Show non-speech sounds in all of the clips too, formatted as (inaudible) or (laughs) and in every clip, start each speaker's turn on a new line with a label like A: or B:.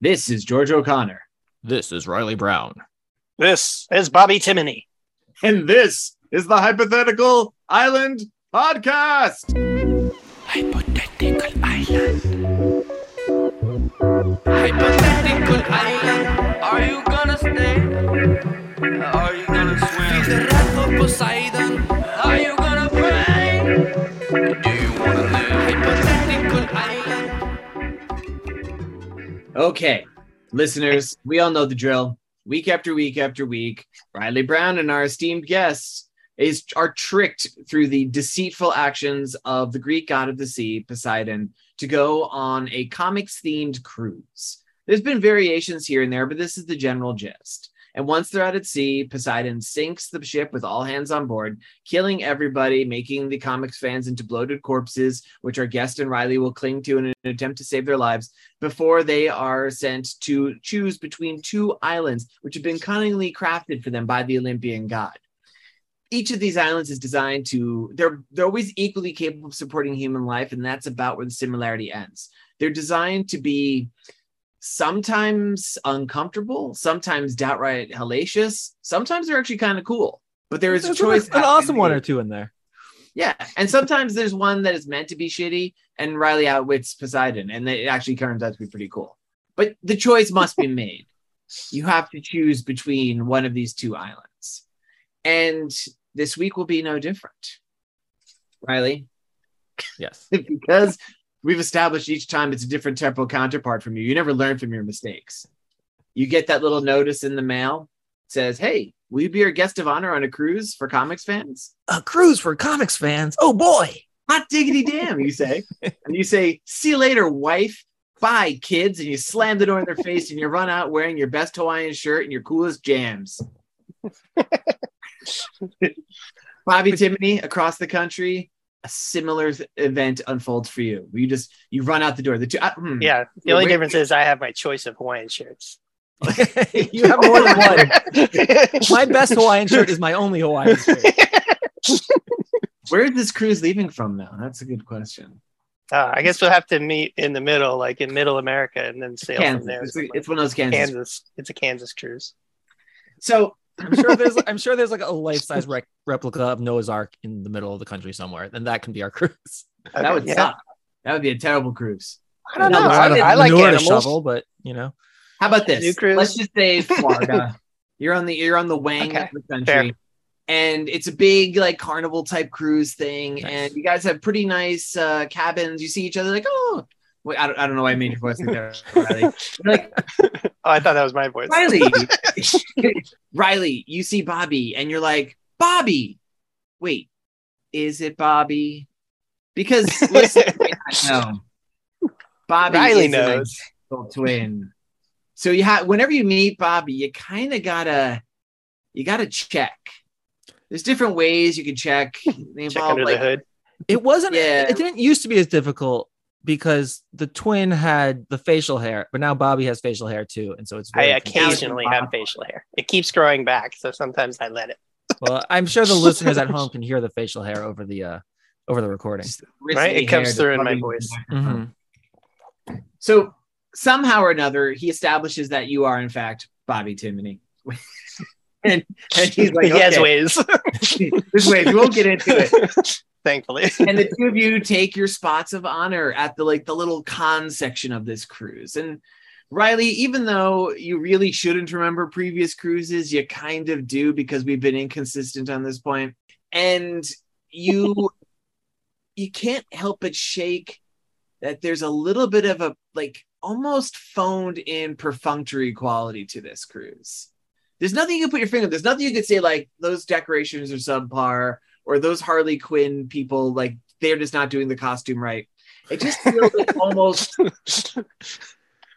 A: This is George O'Connor.
B: This is Riley Brown.
C: This is Bobby Timoney.
A: And this is the Hypothetical Island Podcast.
D: Hypothetical Island. Hypothetical Island. Are you gonna stay? Are you gonna swim? Feel the wrath of Poseidon. Are you gonna pray? Do you wanna live? Hypothetical Island.
A: Okay, listeners, we all know the drill. Week after week after week, Riley Brown and our esteemed guests is are tricked through the deceitful actions of the Greek god of the sea, Poseidon, to go on a comics themed cruise. There's been variations here and there, but this is the general gist. And once they're out at sea, Poseidon sinks the ship with all hands on board, killing everybody, making the comics fans into bloated corpses, which our guest and Riley will cling to in an attempt to save their lives before they are sent to choose between two islands, which have been cunningly crafted for them by the Olympian god each of these islands is designed to they're they're always equally capable of supporting human life and that's about where the similarity ends they're designed to be sometimes uncomfortable sometimes downright hellacious sometimes they're actually kind of cool but there is a
E: There's
A: choice
E: an awesome one or two in there.
A: yeah and sometimes there's one that is meant to be shitty and riley outwits poseidon and it actually turns out to be pretty cool but the choice must be made you have to choose between one of these two islands and this week will be no different riley (laughs)
B: Yes.
A: because we've established each time it's a different temporal counterpart from you. You never learn from your mistakes. You get that little notice in the mail it says, "Hey, will you be our guest of honor on a cruise for comics fans?"
E: A cruise for comics fans. Oh boy.
A: Hot diggity damn, you say, and you say, "See you later, wife." Bye, kids, and you slam the door in their face, and you run out wearing your best Hawaiian shirt and your coolest
C: (laughs)
A: jams. Bobby Timoney across the country, a similar th- event unfolds for you. You just you run out the door. The two, uh, hmm. (laughs)
C: Yeah. The
A: Yeah,
C: only
A: wait-
C: difference is I have my choice of
A: (laughs)
C: Hawaiian shirts.
E: (laughs) you have more than one. My best Hawaiian shirt is my only Hawaiian shirt.
A: Where is this cruise leaving from now? That's a good question.
C: Uh, I guess we'll have to meet in the middle, like in Middle America, and then sail from
A: Kansas.
C: there.
A: It's, it's one of those Kansas.
C: Kansas. It's a Kansas cruise.
A: So
E: I'm sure there's I'm sure there's like a life-size rec- replica of Noah's Ark in the middle of the country somewhere. Then that can be our cruise.
A: that
C: Okay,
A: would
C: yeah.
A: suck. That would be a terrible cruise.
C: I don't
A: No,
C: know.
A: we're
C: I,
A: out of
C: I like
E: manure to
C: animals.
E: shovel, but you know.
A: How about
C: New
A: this?
C: cruise?
A: Let's just
C: (laughs)
A: say Florida. you're on the you're on the wang
C: Okay,
A: of the country.
C: fair.
A: And it's a big like carnival type cruise thing,
B: Nice.
A: and you guys have pretty nice uh, cabins. You see each other like, oh, Wait, I, don't, I don't know why I made your voice like that. Riley.
C: (laughs) Oh, I thought that was my voice. (laughs)
A: Riley, Riley, you see Bobby, and you're like, Bobby, wait, is it Bobby? Because
C: (laughs)
A: listen, no, Bobby
C: Riley
A: is an
C: knows.
A: identical twin. So you have whenever you meet Bobby, you kind of gotta you gotta check. There's different ways you can check. They
C: Check
A: involve
C: under
A: like
C: the hood.
E: It wasn't
A: Yeah.
E: it didn't used to be as difficult because the twin had the facial hair, but now Bobby has facial hair too. And so it's
C: I
E: very confusing.
C: occasionally have facial hair. It keeps growing back, so sometimes I let it.
E: Well, I'm sure the listeners
C: (laughs)
E: at home can hear the facial hair over the uh over the recording.
A: just
C: Right?
A: bristly
C: It comes
A: hair
C: through
A: that's
C: in my
A: rubbing
C: voice.
A: the microphone.
E: Mm-hmm.
A: So somehow or another, he establishes that you are in fact Bobby Timoney. and, (laughs) and he's like,
C: (laughs) he has
A: okay, (laughs)
C: ways,
A: this way, we won't get into it.
C: (laughs) thankfully.
A: And the two of you take your spots of honor at the like the little con section of this cruise. And Riley, even though you really shouldn't remember previous cruises, you kind of do because we've been inconsistent on this point. And you you can't help but shake that there's a little bit of a like almost phoned in perfunctory quality to this cruise. There's nothing you can put your finger. There's nothing you could say like those decorations are subpar or those Harley Quinn people like they're just not doing the costume right. It just feels like almost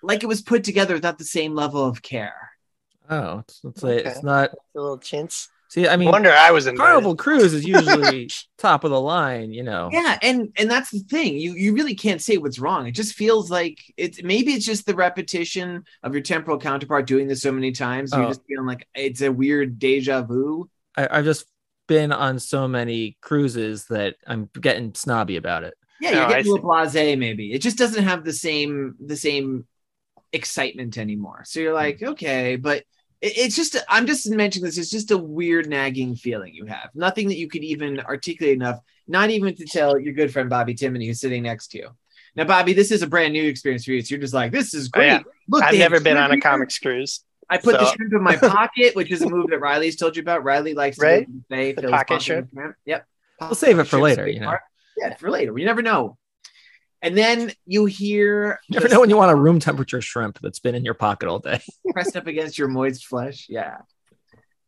A: like it was put together without the same level of care.
E: Oh, it's, it's,
C: Okay.
E: it's not.
C: a little chintz.
E: See, I
C: I
E: mean,
C: wonder I was in
E: Carnival Cruise is usually top of the line, you know.
A: Yeah, and and that's the thing. You you really can't say what's wrong. It just feels like it's maybe it's just the repetition of your temporal counterpart doing this so many times. You're
E: Oh.
A: just feeling like it's a weird deja vu.
E: I, I've just been on so many cruises that I'm getting snobby about it.
A: Yeah,
C: No,
A: you're
C: I
A: getting a little blasé. Maybe it just doesn't have the same the same excitement anymore. So you're like,
C: Mm-hmm.
A: okay, but it- it's just I'm just mentioning this. It's just a weird nagging feeling you have. Nothing that you could even articulate enough. Not even to tell your good friend Bobby Timoney who's sitting next to you. Now, Bobby, this is a brand new experience for you. So you're just like, this is
C: Oh,
A: great.
C: yeah.
A: Look,
C: I've
A: they have
C: never been on a
A: shrimp here.
C: comics cruise.
A: I put the
C: So-
A: shrimp in my pocket, which is a move that Riley's told you about. Riley likes to
C: Right?
A: say
C: The pocket shrimp.
A: Yep.
E: We'll save it for
A: Shrimp's a
E: later,
A: big
E: you know.
A: part. Yeah, for later. You never know. And then you hear
E: You never
A: the
E: know when you want a room temperature shrimp that's been in your pocket all day. (laughs)
A: pressed up against your moist flesh. Yeah.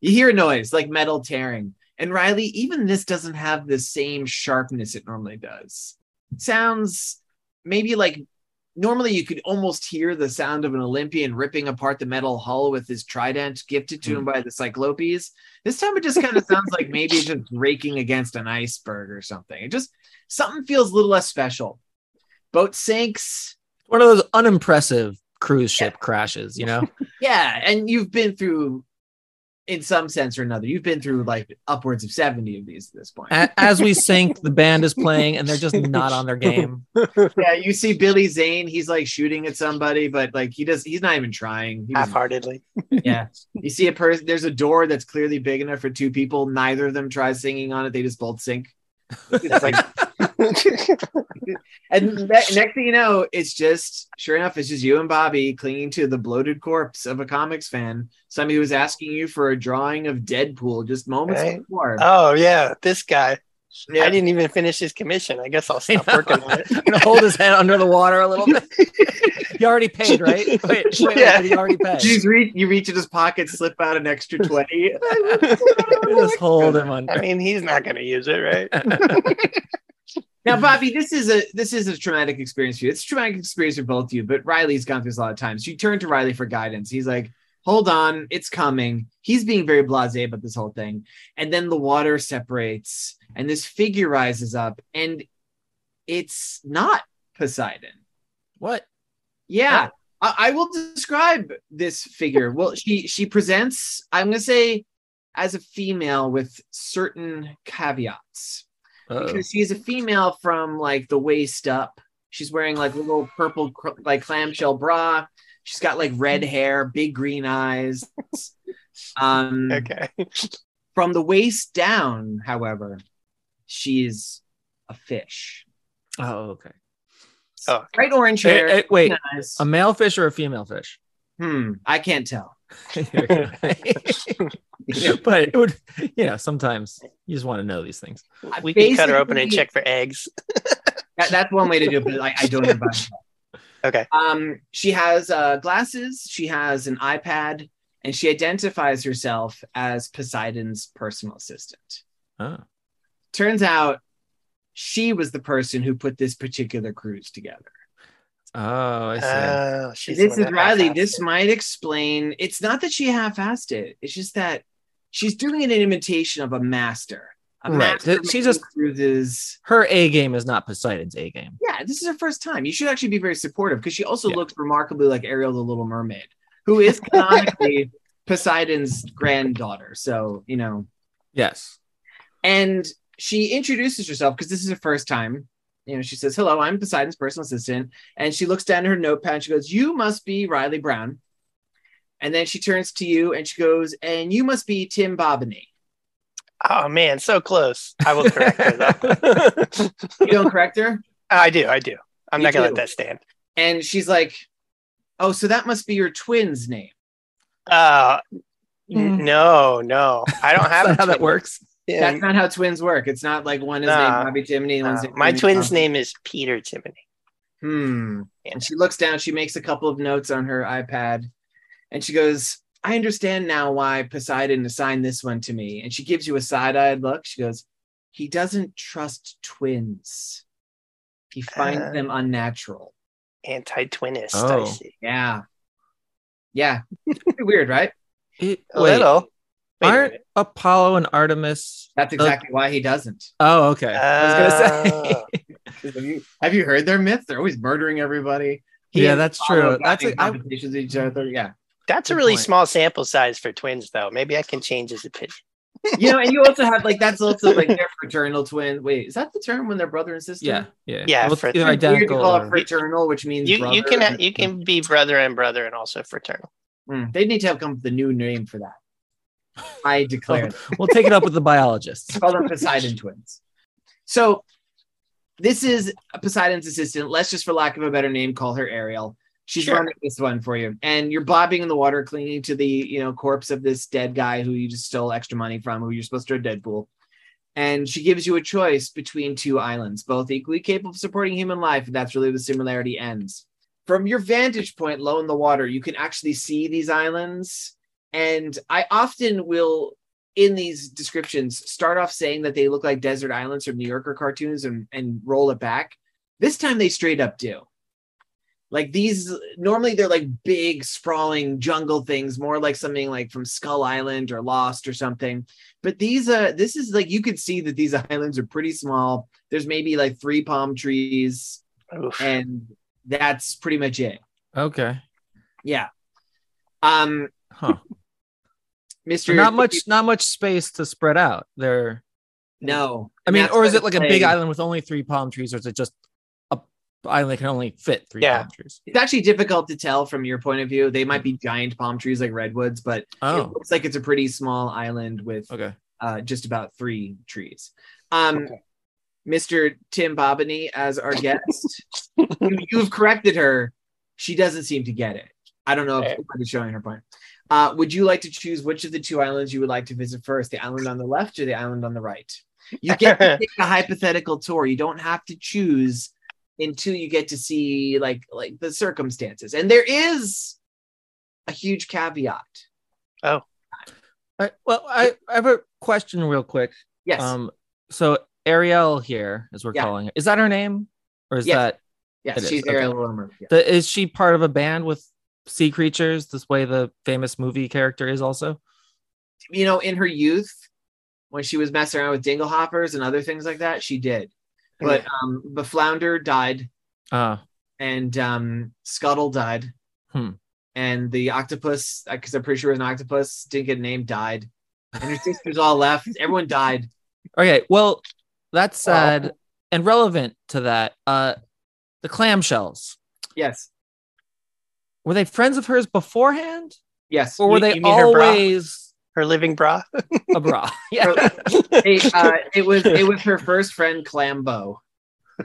A: You hear a noise like metal tearing. And Riley, even this doesn't have the same sharpness it normally does. sounds maybe like normally you could almost hear the sound of an Olympian ripping apart the metal hull with his trident gifted to him by the Cyclopes. This time it just kind of sounds like maybe it's just raking against an iceberg or something. It just something feels a little less special. Boat sinks,
E: One of those unimpressive cruise ship crashes, you know?
A: Yeah, and you've been through, in some sense or another, you've been through like upwards of seventy of these at this point.
E: A- As we sink, the band is playing and they're just not on their game.
A: yeah, you see Billy Zane, he's like shooting at somebody, but like he does, he's not even trying. He
C: Half
A: was,
C: heartedly.
A: yeah, you see a person. There's a door that's clearly big enough for two people. Neither of them tries singing on it. They just both sink. It's like,
E: (laughs)
C: Oh,
A: and ne- next thing you know, it's just sure enough, it's just you and Bobby clinging to the bloated corpse of a comics fan, somebody who was asking you for a drawing of Deadpool just moments
C: Right.
A: before.
C: oh yeah, this guy.
A: Yeah.
C: I didn't even finish his commission. I guess I'll
E: (laughs)
C: stop working on it.
E: Gonna hold his head under the water a little bit. You already paid, right? Wait, wait, wait,
C: Yeah.
E: you already
A: (laughs)
E: paid.
A: You just reach, you reach in his pocket, slip out an extra 20.
E: You just hold him under.
C: I (laughs) mean, he's not going to use it,
E: (laughs)
C: right?
A: now, Bobby, this is a this is a traumatic experience for you. It's a traumatic experience for both of you, but Riley's gone through this a lot of times. You turn to Riley for guidance. He's like, hold on, it's coming. He's being very blasé about this whole thing. And then the water separates and this figure rises up, and it's not Poseidon.
E: What?
A: Yeah. I, I will describe this figure. Well, she she presents, I'm gonna say as a female with certain caveats.
E: Uh-oh.
A: Because she is a female from like the waist up. She's wearing like a little purple cr- like clamshell bra. She's got like red hair, big green eyes. Um
C: (laughs) Okay.
A: from the waist down, however, she's a fish.
E: Oh, okay.
C: Oh,
A: Bright orange
E: Eh,
A: hair.
E: eh, wait,
A: green eyes.
E: a male fish or a
C: (laughs)
E: female fish? (laughs)
A: hmm, I can't tell.
E: but it would, you know, sometimes you just want to know these things.
C: we can cut her open and
A: Basically-
C: check for eggs.
A: That, that's one way to do it, but I, I don't advise that.
C: (laughs) Okay.
A: Um, she has uh, glasses. She has an iPad, and she identifies herself as Poseidon's personal assistant.
E: Oh.
A: Turns out, she was the person who put this particular cruise together.
E: Oh, I see.
C: Oh, she's
A: this
C: the
A: is
C: one that
A: Riley.
C: half-assed
A: This
C: it.
A: might explain. It's not that she half-assed it. It's just that she's doing an imitation of a master. A
E: Right.
A: master
E: She
A: making
E: just-
A: cruises.
E: Her A game is not Poseidon's A game.
A: Yeah, this is her first time. You should actually be very supportive because she also
E: Yeah.
A: looks remarkably like Ariel the Little Mermaid, who is canonically Poseidon's granddaughter. So, you know,
E: Yes.
A: and she introduces herself because this is her first time. You know, she says, Hello, I'm Poseidon's personal assistant. And she looks down at her notepad and she goes, You must be Riley Brown. And then she turns to you and she goes, And you must be Tim Bobbiny.
C: Oh man, so close. I will
E: (laughs)
C: correct her though.
A: You don't correct her?
C: I do. I do. I'm
A: You
C: not going to
A: do.
C: let that stand.
A: And she's like, Oh, so that must be your twin's name.
C: Uh,
E: Mm.
C: No, no, I don't
E: (laughs) Is
C: have
E: that how
C: a
E: that
C: twin.
E: works?
A: That's
C: And,
A: not how twins work. It's not like one is
C: Nah.
A: named Bobby Timony and
C: uh,
A: one's named
C: my
A: Timony
C: twin's
A: Bobby.
C: name is Peter Timony.
A: Hmm. And she looks down. She makes a couple of notes on her iPad, and she goes, "I understand now why Poseidon assigned this one to me." And she gives you a side-eyed look. She goes, "He doesn't trust twins. He finds
C: Uh.
A: them unnatural."
C: Anti-twinist.
E: Oh.
C: I see.
A: Yeah. Yeah. Pretty Weird, right?
E: It,
C: A
E: wait,
C: little. Wait a
E: aren't
C: minute.
E: Apollo and Artemis?
C: (laughs)
A: That's exactly why he doesn't.
E: Oh, okay. I was gonna
C: Oh.
E: (laughs) say.
A: Have you, have you heard their myth? They're always murdering everybody.
E: Yeah,
A: and
E: that's
A: Apollo
E: true. That's
A: having
E: a- I-
A: competitions with each other. Yeah.
C: That's a
E: Good
C: really
E: point.
C: small sample size for twins, though. Maybe I can change his opinion.
A: you know, and
E: (laughs)
A: you also have like that's also like their fraternal twin. Wait, is that the term when they're brother and sister?
B: Yeah. Yeah.
C: Yeah,
E: Well,
C: fr-
E: they're
A: It's weird to
E: identical.
A: call it
E: or-
A: fraternal, which means
C: you,
A: brother.
C: you can ha- you can be brother and brother and also fraternal.
A: Hmm, they need to have come up with a new name for that. I
E: (laughs)
A: declare. it.
E: we'll take it up with the
C: (laughs)
E: biologists.
A: Call them Poseidon twins. So this is Poseidon's assistant. Let's just, for lack of a better name, call her Ariel. She's
C: Sure.
A: running this one for you, and you're bobbing in the water, clinging to the you know corpse of this dead guy who you just stole extra money from, who you're supposed to have Deadpool. And she gives you a choice between two islands, both equally capable of supporting human life, and that's really where the similarity ends. From your vantage point, low in the water, you can actually see these islands. And I often will in these descriptions start off saying that they look like desert islands from New Yorker cartoons and, and roll it back. This time they straight up do. Like these, normally they're like big, sprawling jungle things, more like something like from Skull Island or Lost or something. But these, uh, this is like you could see that these (laughs) islands are pretty small. There's maybe like three palm trees,
C: Oof.
A: and that's pretty much it.
B: Okay.
A: Yeah. Um,
B: Huh.
A: Mr.
E: So not much, not much space to spread out. They're
A: No.
E: I mean,
A: That's
E: or is
A: what
E: it like a big
A: saying.
E: island with only three palm trees, or is it just a island that can only fit three
C: Yeah.
E: palm trees?
A: It's actually difficult to tell from your point of view. They might be giant palm trees like redwoods, but it
B: Oh.
A: looks like it's a pretty small island with
B: Okay.
A: uh, just about three trees. Um, Mr. Tim Bobany as our guest. you, you've corrected her. She doesn't seem to get it. I don't know if it's showing her point. Uh, would you like to choose which of the two islands you would like to visit first, the island on the left or the island on the right? You
E: (laughs)
A: get
C: (laughs)
A: to take a hypothetical tour. You don't have to choose until you get to see like like the circumstances. And there is a huge caveat.
E: I, well, I, I have a question real quick.
A: Yes.
E: Um, so Ariel here, as we're
A: Yeah.
E: calling her, is that her name, or is
A: Yes.
E: that
A: yes,
E: it
A: she's
E: is,
A: Ariel Romer. Yeah.
E: the, is she part of a band with sea creatures? This way, the famous movie character is also.
A: you know, in her youth, when she was messing around with dingle hoppers and other things like that, she did.
C: Hmm.
A: But um, Beflounder died,
E: Uh,
A: and um, Scuttle died,
E: Hmm.
A: and the octopus, because I'm pretty sure it was an octopus, didn't get named, died, and her sisters all left. Everyone died.
E: okay. Well, that's sad and relevant to that. Uh, the clamshells
A: Yes,
E: were they friends of hers beforehand,
A: yes.
E: or were
C: You-
E: they
C: you mean her bra?
E: always
C: Her living bra.
E: (laughs) a bra? yeah.
A: So, they, uh, it was it was her first friend Clambo.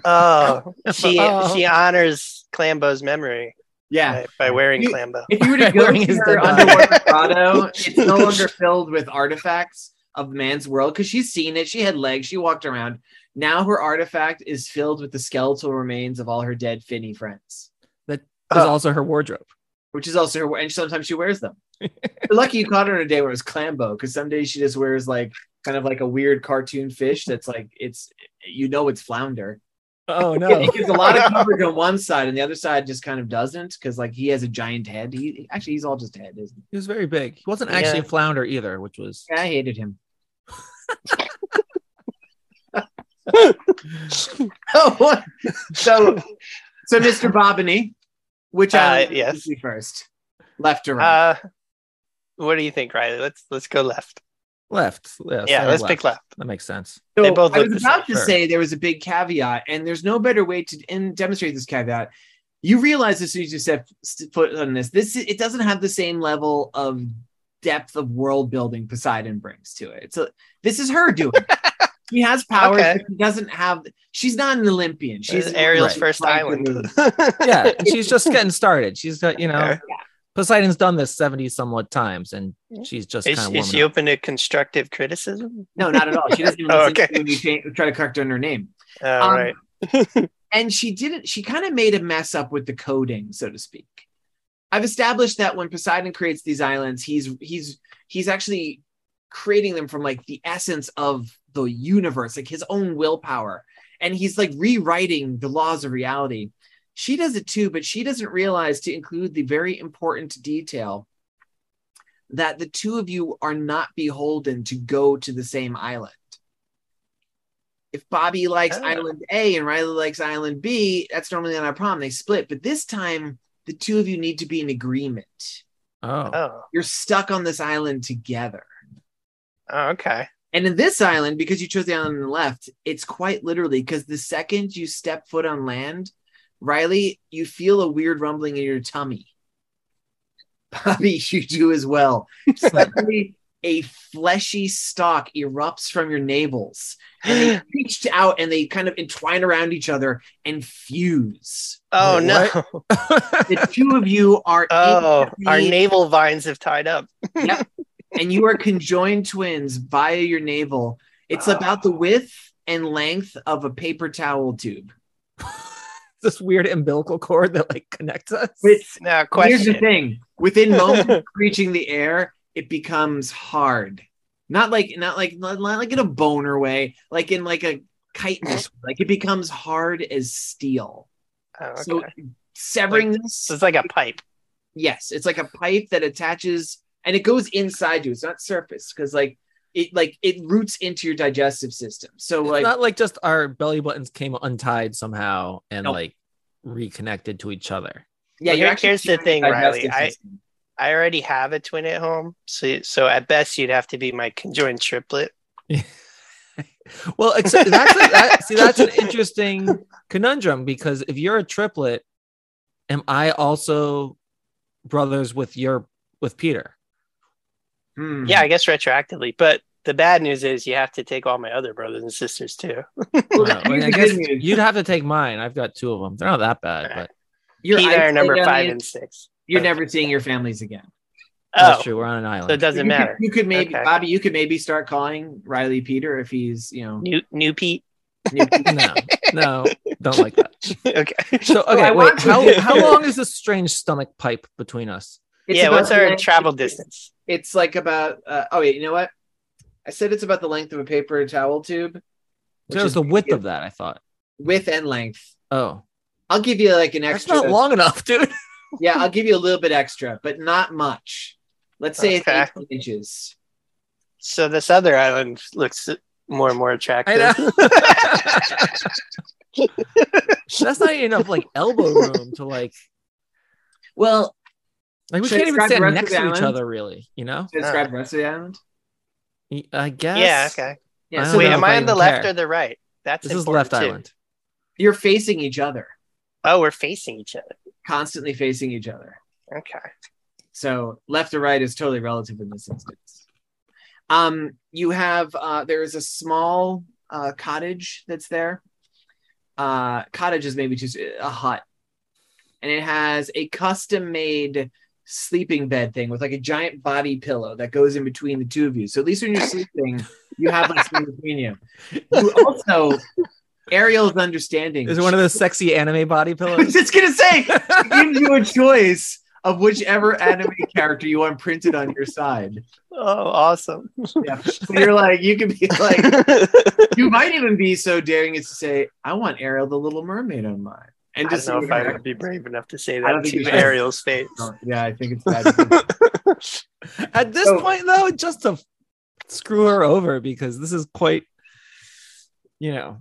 C: Oh, she
E: Oh.
C: she honors Clambo's memory
A: Yeah.
C: by, by wearing
A: You-
C: Clambo.
A: If you were to go
E: Wearing
A: to
E: his
A: her
E: dead body.
A: underwater grotto, it's no longer filled with artifacts of man's world because she's seen it. She had legs. She walked around. Now her artifact is filled with the skeletal remains of all her dead Finny friends,
E: There's
C: Uh.
E: also her wardrobe.
A: which is also her. And sometimes she wears them. You're lucky you caught her on a day where it was Clambo because some days she just wears like kind of like a weird cartoon fish that's like it's you know it's flounder.
E: (laughs) Oh
A: It gets a lot of coverage on one side and the other side just kind of doesn't because like he has a giant head. He actually he's all just head, isn't he?
E: He was very big. He wasn't actually
C: Yeah.
E: a flounder either, which was
A: Yeah, I hated him. (laughs)
C: (laughs)
A: oh, what?
C: (laughs)
A: so, so Mr. Bobany, which
C: Uh,
A: I
C: yes.
A: first, left or right?
C: Uh, what do you think, Riley? Let's let's go left.
E: left. Yeah,
C: yeah,
E: started
C: let's pick left.
E: That makes (laughs) sense.
A: So
C: they both
A: I
C: look
A: was
C: the same,
A: about to
E: sure.
A: say there was a big caveat, and there's no better way to in, demonstrate this caveat. You realize as soon as you set st- foot on this, this it doesn't have the same level of depth of world building Poseidon brings to it. So this is her doing.
C: (laughs)
A: it. She has powers.
C: Okay.
A: but She doesn't have. She's not an Olympian.
C: She's
A: She's
C: Ariel's
E: right.
C: first
A: Like,
C: (laughs) island.
E: Yeah, and she's just getting started. She's got, you know,
C: Okay.
E: Poseidon's done this 70 somewhat times and she's just kind
C: Is,
E: of
C: is
E: warming
C: she
E: up.
C: open to constructive criticism?
A: No, not at all. She
C: (laughs)
A: doesn't even
C: Oh,
A: listen to
C: okay.
A: when you cha- try to correct her in her name.
C: All
A: Um,
C: Uh, right.
A: And she didn't, she kind of made a mess up with the coding, so to speak. I've established that when Poseidon creates these islands, he's he's he's actually creating them from like the essence of the universe, like his own willpower. And he's like rewriting the laws of reality. She does it too, but she doesn't realize to include the very important detail that the two of you are not beholden to go to the same island. If Bobby likes
C: Oh.
A: island A and Riley likes island B, that's normally not a problem. They split, but this time the two of you need to be in agreement.
E: Oh,
C: Oh,
A: You're stuck on this island together.
C: Oh, okay.
A: And in this island, because you chose the island on the left, it's quite literally because the second you step foot on land, Riley, you feel a weird rumbling in your tummy. (laughs) Bobby, you do as well.
C: (laughs)
A: Suddenly, a fleshy stalk erupts from your navels. And
C: (gasps)
A: they reach out and they kind of entwine around each other and fuse.
C: Oh
E: Wait,
C: no.
E: (laughs)
A: The two of you are in
C: Oh, our
A: the-
C: naval vines have tied up.
A: and you are conjoined twins via your navel. It's
C: Oh.
A: about the width and length of a paper towel tube.
E: this weird umbilical cord that like connects us.
A: But it's-
C: Now,
A: here's the
C: question.
A: thing: within moments of reaching the air, it becomes hard. Not like not like not not like in a boner way, like in like a chitinous. way. Like it becomes hard as steel.
C: Oh, okay.
A: So severing this,
C: so it's like a pipe.
A: yes it's like a pipe that attaches and it goes inside you it's not surface because like it like it roots into your digestive system so
E: It's
A: like
E: not like just our belly buttons came untied somehow and
A: Nope.
E: like reconnected to each other.
A: yeah
C: Well,
A: you're
C: here-
A: actually
C: here's the
A: feeding
C: thing,
A: your digestive
C: Riley, I-
A: system.
C: I already have a twin at home, so so at best you'd have to be my conjoined triplet.
E: Well, except that's a, that, see,
A: (laughs)
E: that's an interesting conundrum because if you're a triplet, am I also brothers with your with Peter?
A: Hmm.
E: Mm-hmm.
C: Yeah, I guess retroactively, but the bad news is you have to take all my other brothers and sisters too.
A: Well,
E: No, I mean,
A: here's
E: I
A: the
E: guess
A: good news.
E: you'd have to take mine. I've got two of them. They're not that bad, but
A: You're
C: Pete and I are
A: isolated
C: number
A: on
C: five
A: the-
C: and six.
A: you're never seeing your families again
C: Oh,
E: that's true. We're on an
C: so it
E: island.
A: You
C: doesn't
A: could-
C: matter.
A: you could maybe
C: Okay.
A: bobby you could maybe start calling riley peter if he's you know
C: New new Pete. (laughs)
A: new
E: (laughs)
A: people.
E: no, no, don't like that.
C: okay.
A: (laughs)
E: So okay,
A: Oh, I
E: wait.
A: want you
E: How,
A: to-
E: how long is this strange stomach pipe between us?
A: It's
C: yeah,
A: about
C: what's
A: the
C: our
A: length-
C: travel distance?
A: it's like about uh, oh wait you know what i said it's about the length of a paper towel tube which
E: There's
A: is
E: the width of that. I thought.
A: width and length
E: Oh,
A: I'll give you like an
E: that's
A: extra.
E: not long enough, dude.
A: Yeah, I'll give you a little bit extra, but not much. Let's say
C: Okay.
A: it's 18 inches.
C: So this other island looks more and more
E: I
C: attractive.
E: (laughs)
C: (laughs)
E: know. that's not enough like elbow room to like
A: Well,
E: like we
A: Should I
E: can't even
A: describe the
E: stand
A: rest of
E: next
A: the
E: to each
A: island?
E: other really. You know,
A: to describe the rest of the island.
E: Y- I guess.
C: Yeah, okay.
E: I
A: Yeah,
E: don't
A: so
C: Wait,
E: know
A: you're-
C: am
E: if I
C: I on the
E: even
C: left
E: care.
C: or the right? That's
E: This is
C: important,
E: left
C: too.
E: island.
A: you're facing each other,
C: Oh, we're facing each other.
A: constantly facing each other.
C: Okay.
A: So left or right is totally relative in this instance. Um, you have uh, there is a small uh, cottage that's there. Uh, cottage is maybe just a hut, and it has a custom-made sleeping bed thing with like a giant body pillow that goes in between the two of you. So at least when you're sleeping, you have like something between you. You also, Ariel's understanding.
E: Is it one of those sexy anime
A: (laughs)
E: body
A: I was
E: pillows?
A: just gonna say gives you a choice of whichever anime character you want printed on your side.
C: Oh, awesome.
A: Yeah. So you're like, you could be like, you might even be so daring as to say, I want Ariel the Little Mermaid on mine. And (laughs)
C: I don't
A: just
C: know
A: see
C: if
A: what
C: I
A: reaction-
C: would be brave enough to say
A: I don't
C: that
A: think you
C: to
A: should.
C: Ariel's face.
A: Yeah, I think it's bad.
E: (laughs)
A: (laughs)
E: At this
C: Oh.
A: So-
E: point, though, just to screw her over because this is quite, you know,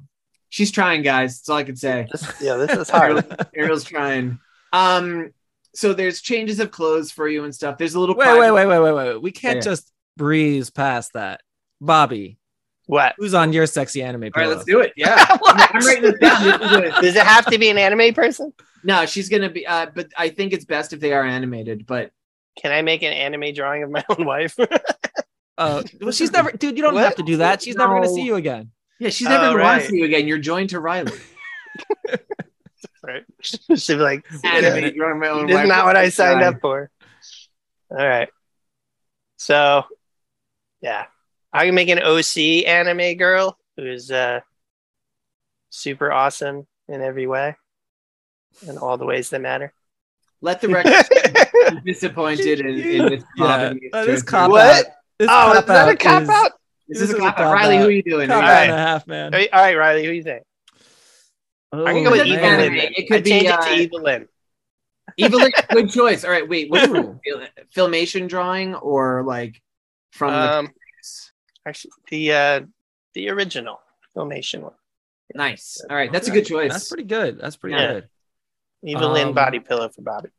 A: She's trying, guys. That's all I can say.
C: This- yeah,
A: (laughs)
C: this is hard.
A: Ariel's trying. Um, so there's changes of clothes for you and stuff. There's a little
E: wait,
A: private-
E: wait, wait, wait, wait, wait. We can't
A: Yeah.
E: just breeze past that. Bobby,
C: What?
A: (laughs)
E: who's on your sexy anime
A: All
E: pillow?
A: right, let's do it.
E: (laughs)
A: Yeah. I'm writing this down. This is a-
C: Does it have to be an anime person?
A: No, she's gonna be uh, but I think it's best if they are animated, but
C: Can I make an anime drawing of my own wife? (laughs)
E: Uh, well, she's never, dude. You don't
C: What?
E: have to do that. She's never going to
A: No.
E: see you again.
A: yeah, she's never
C: Oh,
A: gonna want
C: right.
A: to see you again. You're joined to (laughs) Riley.
C: right. (laughs) She'd be like,
A: Anime,
C: "Yeah,
A: drawing my own
C: this
A: wife.
C: is not what I signed
A: Right.
C: up for. All right. So, yeah. I can make an OC anime girl who's uh, super awesome in every way, in all the ways
A: (laughs)
C: that matter. Oh,
A: Let the
C: (laughs)
A: record I'm disappointed in, in this
E: Yeah,
A: comedy.
E: uh, this cop
C: What?
E: out. This
C: oh, is that a
E: out
C: cop
E: is-
C: out?
A: This is
E: this
A: a
E: is
A: cop
E: a
A: out.
E: cop
A: Riley,
E: out.
A: who are you doing?
E: Cop out
A: All
C: right.
E: and a half, man.
C: All right, Riley, who do you think? I can go
E: Oh,
C: with
A: man.
C: Evil Lynn. then.
A: It could
C: I change
A: be,
C: it
A: uh, (laughs)
C: to Evil Lynn.
A: Evelyn, good choice. All right, wait, what do you filmation drawing or like from
C: Um,
A: the
C: actually, the uh, the original filmation one,
A: nice. All right, that's a good choice.
E: That's pretty good. That's pretty
C: Yeah.
E: good.
C: Evil Lynn
E: Um, (laughs)
C: body pillow for Bobby.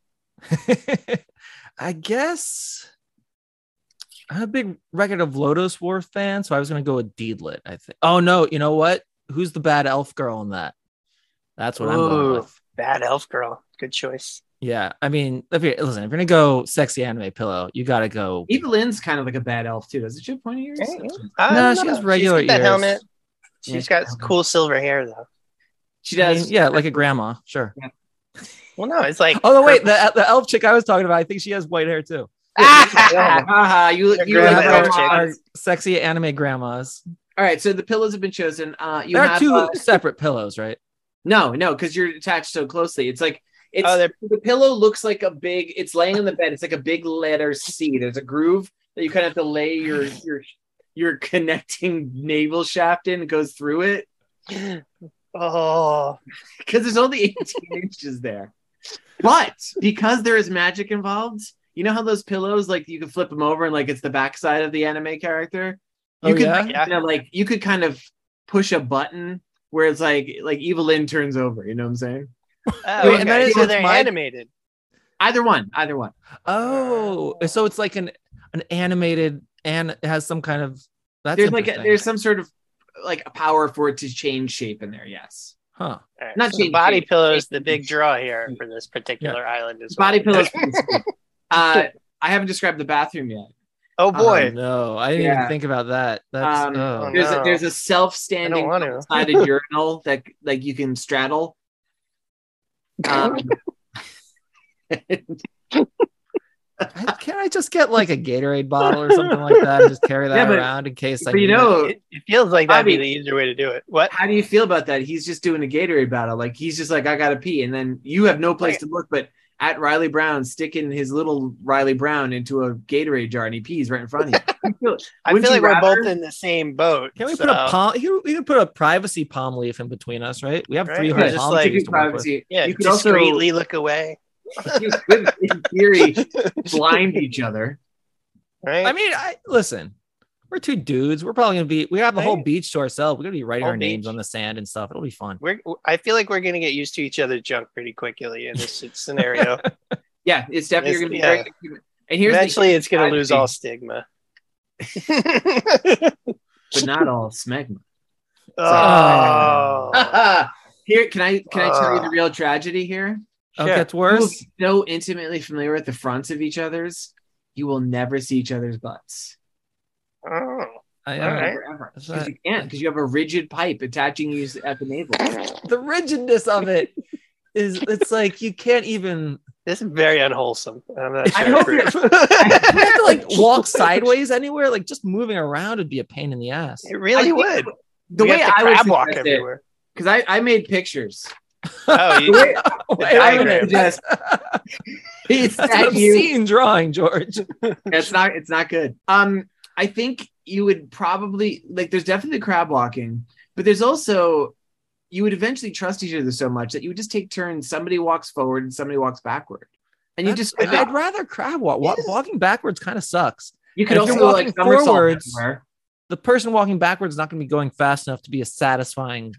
E: I guess I'm a big Record of Lotus War fan, so I was gonna go with Deedlit. I think. Oh no, you know what? Who's the bad elf girl in that? That's what I'm going
C: Ooh.
E: with.
C: Bad elf girl. Good choice.
E: Yeah, I mean, if you're, listen, if you're gonna go sexy anime pillow, you gotta go.
A: Evelyn's kind of like a bad elf too. Doesn't she have pointy ears?
C: Right.
E: No,
C: I don't
E: she
C: know.
E: has regular
C: She's got
E: ears.
C: that helmet.
A: Yeah,
C: She's
A: she
C: got
A: has helmet.
C: cool silver hair though.
A: She
E: I mean,
A: does. (laughs)
E: yeah, like a grandma, sure.
C: Well, no, it's like
E: Oh no, wait,
C: purple.
E: the, the elf chick I was talking about, I think she has white hair too.
A: Ah, ah, you
C: Your
A: you
C: grandma
A: have
C: elf chick.
A: grandmas.
E: Sexy anime grandmas.
A: All right, so the pillows have been chosen. Uh, you
E: there
A: have
E: are two
A: uh,
E: separate pillows, right?
A: no, no, because you're attached so closely. It's like it's
C: Oh, they're-
A: the pillow looks like a big. It's laying on the bed. It's like a big letter C. There's a groove that you kind of have to lay
E: (sighs)
A: your your your connecting navel shaft in. It goes through it
C: (gasps) oh
A: because there's only 18 (laughs) inches there. But because there is magic involved, you know how those pillows like you can flip them over and like it's the backside of the anime character. You
E: Oh,
A: could
E: yeah?
A: like, kinda, like you could kind of push a button where it's like like Evelyn turns over. You know what I'm saying?
C: Oh,
E: Wait, and that
C: okay.
E: is
C: so
E: with
C: they're
E: my-
C: animated.
A: Either one, either one.
E: Oh, so it's like an an animated and it has some kind of that's
A: there's like a,
E: interesting.
A: there's some sort of like a power for it to change shape in there. Yes,
E: huh.
C: All right,
A: Not
C: so the
A: change
C: body
A: shape.
C: pillow is the big draw here for this particular island. As well.
A: body pillows. uh, I haven't described the bathroom yet.
C: Oh boy,
E: Oh, no, I didn't
A: Yeah.
E: even think about that. That's
A: Um, (laughs)
E: oh.
A: There's
C: no.
A: a, there's a
C: I don't
A: self-standing
C: want to.
A: sided urinal that like you can straddle. Um,
E: I- Can't I just get like a Gatorade bottle or something like that and just carry that
A: Yeah, but-
E: around in case I
A: but you
E: need it?
A: know,
C: It, it feels like that'd be
A: Bobby-
C: the easier way to do it. What?
A: how do you feel about that? He's just doing a Gatorade battle. Like he's just like, I gotta pee, and then you have no place to look but at Riley Brown sticking his little Riley Brown into a Gatorade jar and he pees right in front of you. you. feel-
C: I
A: wouldn't
C: feel like
A: you
C: we're
A: rather-
C: both in the same boat.
E: Can we
C: so-
E: put a palm? You, you can put a privacy palm leaf in between us, right? We have
C: Right,
E: three
C: or
E: hard
C: just (laughs)
E: palm
C: like-
E: trees
A: you
E: to work with.
A: privacy.
C: Yeah,
A: you could also,
C: discreetly look away.
A: (laughs) you could, in
C: (laughs)
A: theory, blind each other.
C: Right?
E: I mean, I, listen, we're two dudes. We're probably gonna be. We have the whole
C: Right.
E: beach to ourselves. We're gonna be writing
C: Whole
E: our names
C: beach.
E: on the sand and stuff. It'll be fun.
C: we're. I feel like we're gonna get used to each other's junk pretty quickly
A: (laughs)
C: in this scenario.
A: Yeah, it's definitely
C: It's-
A: you're gonna be
C: yeah.
A: very. And here's
C: Eventually,
A: the,
C: it's gonna
A: I
C: lose
A: see. (laughs)
C: all stigma. (laughs)
A: but not all
C: (laughs)
A: smegma. Ah.
C: oh,
A: (laughs) here, can I can I tell you
C: Ah.
A: the real tragedy here?
E: Oh, it
C: Sure.
E: gets
A: We're
E: worse.
A: so intimately familiar with the fronts of each other's, you will never see each other's butts.
C: oh.
E: I, I
C: All
E: don't know.
C: right.
A: Never, ever.
E: Is
A: 'Cause
E: that-
A: you can't, because you have a rigid pipe attaching you at the (laughs) navel.
E: The rigidness
C: (laughs)
E: of it is. It's like you can't even.
C: (laughs) This is very unwholesome. I'm not
A: I
C: sure
A: hope
C: (laughs) if
E: You
C: we're-
E: have to
C: (laughs)
E: like walk sideways anywhere. Like just moving around would be a pain in the ass.
C: it really
A: I
C: would.
A: think The
C: We
A: way
C: have to
A: I would
C: crab walk
A: suggest it, (laughs)
C: everywhere.
A: because I, I made pictures.
C: Oh,
A: (laughs) The
C: you,
A: way
E: (laughs)
A: I would (laughs)
C: diagram.
A: suggest it's
E: That's
A: that
E: an
A: you-
E: obscene drawing, George.
A: it's not it's not good um i think you would probably like there's definitely crab walking but there's also you would eventually trust each other so much that you would just take turns somebody walks forward and somebody walks backward and (laughs) you just
E: I'd, I'd rather crab walk. Wa-
C: Yeah.
E: Walking backwards kind of sucks.
A: you could
E: if you're
A: also like
E: walking
A: somersault
E: forwards-
A: somewhere.
E: The person walking backwards is not going to be going fast enough to be a satisfying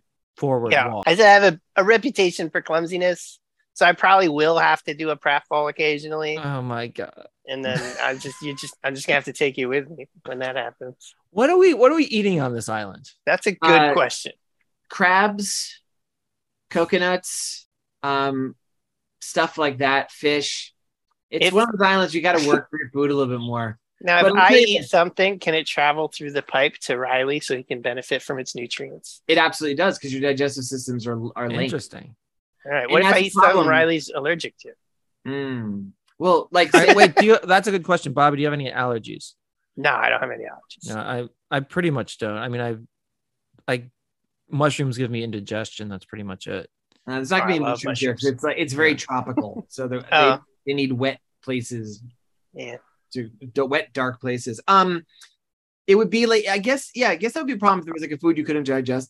C: (laughs)
E: forward
C: yeah.
E: walk.
C: I said I have a, a reputation for clumsiness, so I probably will have to do a pratfall occasionally,
E: oh my god!
C: and
E: (laughs)
C: then I just you just I'm just gonna have to take you with me when that happens.
E: What are we? What are we eating on this island?
C: That's a good
A: Uh,
C: question.
A: crabs coconuts um stuff like that fish it's
C: If-
A: one of those islands you got to work for your food a little bit more
C: Now, if
A: but I'm
C: I
A: saying-
C: eat something, can it travel through the pipe to Riley so he can benefit from its nutrients?
A: it absolutely does because your digestive systems are are linked
E: Interesting. (laughs)
C: All right.
A: And
C: What if
A: that's
C: I
A: the
C: eat something
A: problem.
C: Riley's allergic to?
A: Mm. Well, like,
E: All right, wait, do you, that's a good question, Bobby. Do you have any allergies?
C: No, I don't have any allergies.
E: No, I I pretty much don't. I mean, I I mushrooms give me indigestion. That's pretty much it.
A: uh, it's not
C: I
A: gonna be
C: love
A: mushrooms here 'cause it's like it's very tropical, so they're- they
E: Uh-huh.
C: Uh.
A: they need wet places
C: Yeah.
A: to the wet dark places. Um, it would be like I guess yeah, I guess that would be a problem if there was like a food you couldn't digest.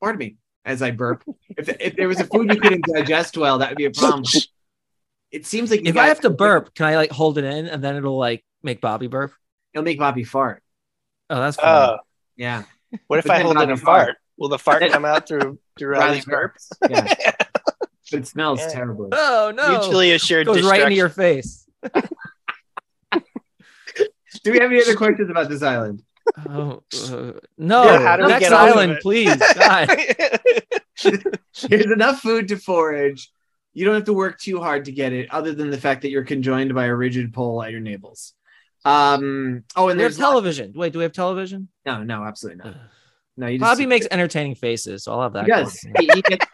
A: Pardon me, as I burp. if if there was a food you couldn't digest well, that would be a problem. It seems like you
E: If I
A: guys-
E: have to burp, can I like hold it in and then it'll like make Bobby burp?
A: it'll make Bobby fart.
E: Oh, that's fine.
A: Uh,
C: Oh,
A: Yeah,
C: what if
A: But
C: I
A: then
C: hold
A: not
C: in a
A: a fart.
C: fart? Will the
A: (laughs)
C: fart
A: Then-
C: come out through through Riley's burp?
A: burps. Yeah, but it smells
C: Yeah.
A: terribly.
E: oh no!
C: Mutually assured
E: goes right into
C: destruction.
E: your face.
A: Do we have any other questions about this island?
E: Oh, uh, no,
C: Yeah, how do we
E: next
C: get out of
E: island,
C: it? (laughs)
E: please. God.
A: There's enough food to forage. You don't have to work too hard to get it, other than the fact that you're conjoined by a rigid pole at your navels. Um. Oh, and
E: We have
A: there's
E: television. Wait, do we have television?
A: no, no, absolutely
E: Ugh.
A: not. No, you just
E: Bobby makes entertaining faces, so I'll have that.
A: He does.
E: going.
A: he, he gets-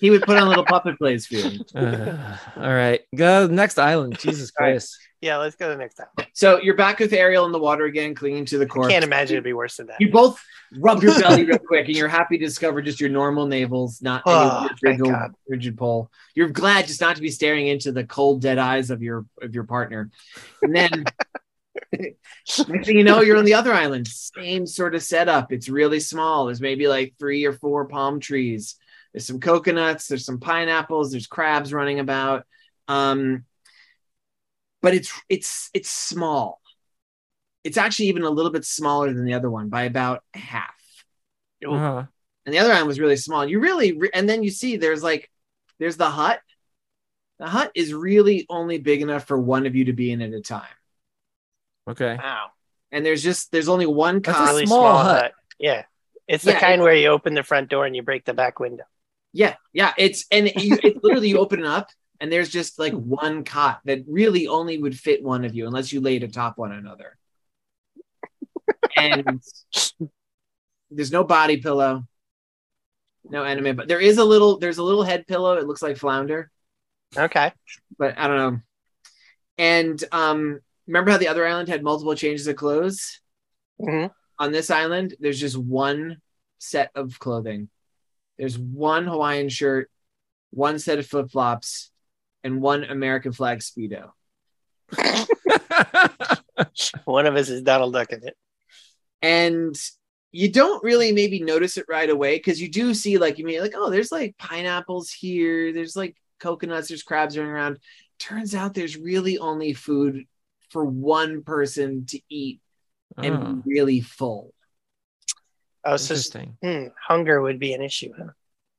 A: he would put on little puppet plays for you.
E: Ugh. Uh, all right, go
C: (laughs)
E: next island. Jesus
C: All right.
E: Christ.
C: (laughs) yeah, let's go to the next time.
A: So you're back with Ariel in the water again, clinging to the corpse.
C: Can't imagine it'd be worse than that.
A: You both rub your belly
C: (laughs)
A: real quick, and you're happy to discover just your normal navels, not any
C: Oh,
A: weird
C: thank
A: rigid,
C: God.
A: rigid pole. You're glad just not to be staring into the cold, dead eyes of your of your partner. And then, (laughs) next thing you know, you're on the other island. Same sort of setup. It's really small. There's maybe like three or four palm trees. There's some coconuts. There's some pineapples. There's crabs running about. Um, but it's it's it's small it's actually even a little bit smaller than the other one by about half.
C: Ooh.
E: Uh-huh.
A: And the other one was really small. You really, re- and then you see there's like, there's the hut. The hut is really only big enough for one of you to be in at a time.
C: (laughs)
E: Okay.
C: Wow,
A: And there's just, there's only one
E: That's
A: cot.
E: a small hut.
C: Yeah, it's
A: Yeah,
C: the kind where you open the front door and you break the back window.
A: yeah. Yeah. It's, and you, it's literally you open it up and there's just like one cot that really only would fit one of you unless you laid atop one another. And there's no body pillow. No anime, but there is a little. There's a little head pillow. It looks like flounder,
C: Okay.
A: but I don't know. And um, remember how the other island had multiple changes of clothes?
C: hmm
A: On this island, there's just one set of clothing. There's one Hawaiian shirt, one set of flip flops, and one American flag speedo.
C: One of us is Donald Duck in it.
A: and you don't really maybe notice it right away because you do see like you mean like oh there's like pineapples here there's like coconuts there's crabs running around turns out there's really only food for one person to eat and
E: Oh,
A: be really full
C: Oh, so
E: interesting.
C: hmm, hunger would be an issue. Huh?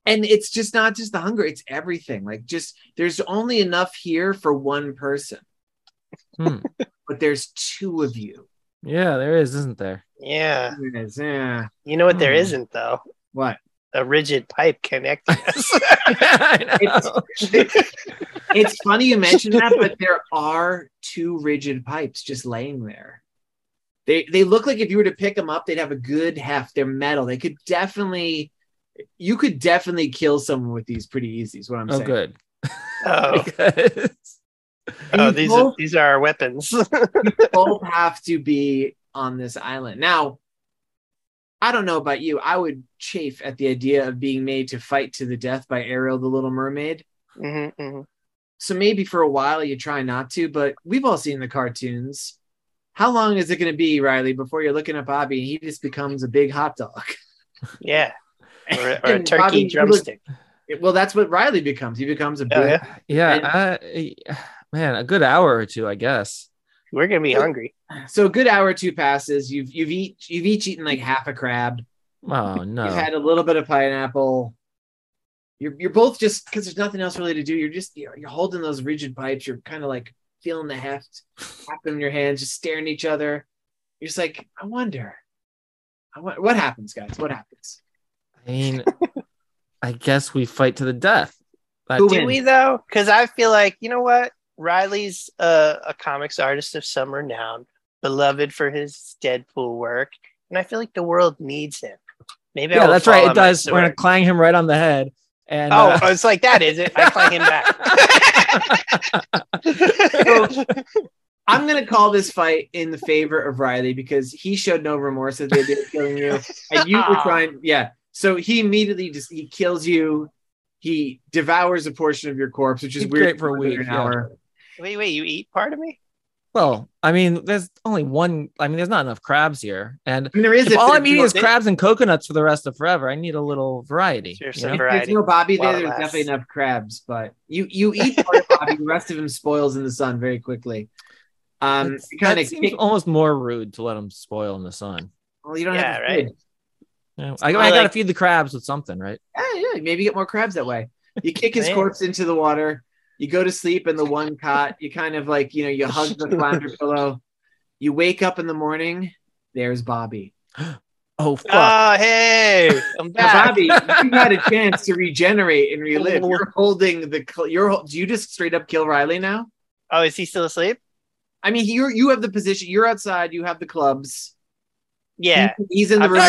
A: and it's just not just the hunger it's everything like just there's only enough here for one person
E: Hmm.
A: (laughs) but there's two of you
E: Yeah, there is, isn't there? (laughs)
C: Yeah.
A: Yes, yeah.
C: You know what there
E: Hmm.
C: isn't though?
A: what
C: A rigid pipe connecting
E: (laughs)
C: us.
E: I
C: (laughs)
E: know. Oh,
A: it's funny you mentioned that,
E: (laughs)
A: but there are two rigid pipes just laying there. They they look like if you were to pick them up, they'd have a good heft. They're metal. They could definitely, you could definitely kill someone with these pretty easy. Is what I'm
E: Oh,
A: saying.
E: good.
C: oh,
E: Because- (laughs)
C: oh,
A: You
C: these
A: both-
C: are these are our weapons. (laughs)
A: both have to be on this island. Now, I don't know about you. I would chafe at the idea of being made to fight to the death by Ariel the Little Mermaid.
C: Mhm, mhm.
A: So maybe for a while you try not to, but we've all seen the cartoons. How long is it going to be, Riley, before you're looking at Bobby and he just becomes a big hot dog?
C: Yeah. Or, a- or a
A: And
C: turkey
A: Bobby, you look-
C: drumstick.
A: It- well, that's what Riley becomes. He becomes a big.
C: Oh, yeah.
E: yeah, I, man, a good hour or two, I guess.
C: We're gonna be hungry.
A: So a good hour or two passes. You've you've each you've each eaten like half a crab.
C: (laughs)
E: Oh no.
A: You've had a little bit of pineapple. You're you're both just because there's nothing else really to do. You're just you're, you're holding those rigid pipes. You're kind of like feeling the heft, tapping your hands, just staring at each other. You're just like, I wonder, I wonder what happens, guys. What happens?
E: I mean, I guess we fight to the death. That-
A: Who
C: Do we though? Because I feel like you know what Riley's uh, a comics artist of some renown, beloved for his Deadpool work, and I feel like the world needs him. Maybe I
E: yeah,
C: will
E: that's right.
C: follow
E: It does.
C: my
E: We're gonna
C: sword.
E: clang him right on the head. And
C: Oh,
E: uh,
C: it's like that, is it? I clang him
A: (laughs)
C: (laughs) back.
A: I'm gonna call this fight in the favor of Riley because he showed no remorse at the idea of killing
C: (laughs)
A: you, and you were trying. Yeah, so he immediately just he kills you. He devours a portion of your corpse, which is
E: He'd
A: weird
E: great for a week,
A: An
E: yeah.
A: hour.
C: wait, wait, you eat part of me?
E: (laughs) well, I mean, there's only one. I mean, there's not enough crabs here, and
A: I mean, there is
E: if
A: if
E: all
A: there's
E: I'm eating
A: no-
E: is crabs and coconuts for the rest of forever. I need a little variety.
C: Sure,
E: you
C: some
E: know?
A: if there's
C: variety.
A: no Bobby there.
C: Wild
A: There's
C: West.
A: definitely enough crabs, but you you eat part of Bobby, the rest of him spoils in the sun very quickly. Um,
E: That's-
A: kind
E: that
A: of
E: seems almost more rude to let them spoil in the sun.
A: well, you don't
C: Yeah,
A: have to
C: right.
A: feed.
E: You know, I, I
C: Or
E: gotta
C: like-
E: feed the crabs with something, right?
A: Yeah, yeah, maybe get more crabs that way. You kick his
C: Man.
A: corpse into the water. You go to sleep in the one cot. You kind of like, you know, you hug the flounder pillow. You wake up in the morning, there's Bobby.
E: Oh fuck.
A: (laughs)
C: Oh, hey, I'm
A: Now,
C: back.
A: Bobby, you had a chance to regenerate and relive. You're holding the. cl- You're. hol- Do you just straight up kill Riley now?
C: Oh, is he still asleep?
A: I mean, you you have the position. You're outside. You have the clubs.
C: Yeah,
A: He- he's in the
C: I'm
A: room.
C: not-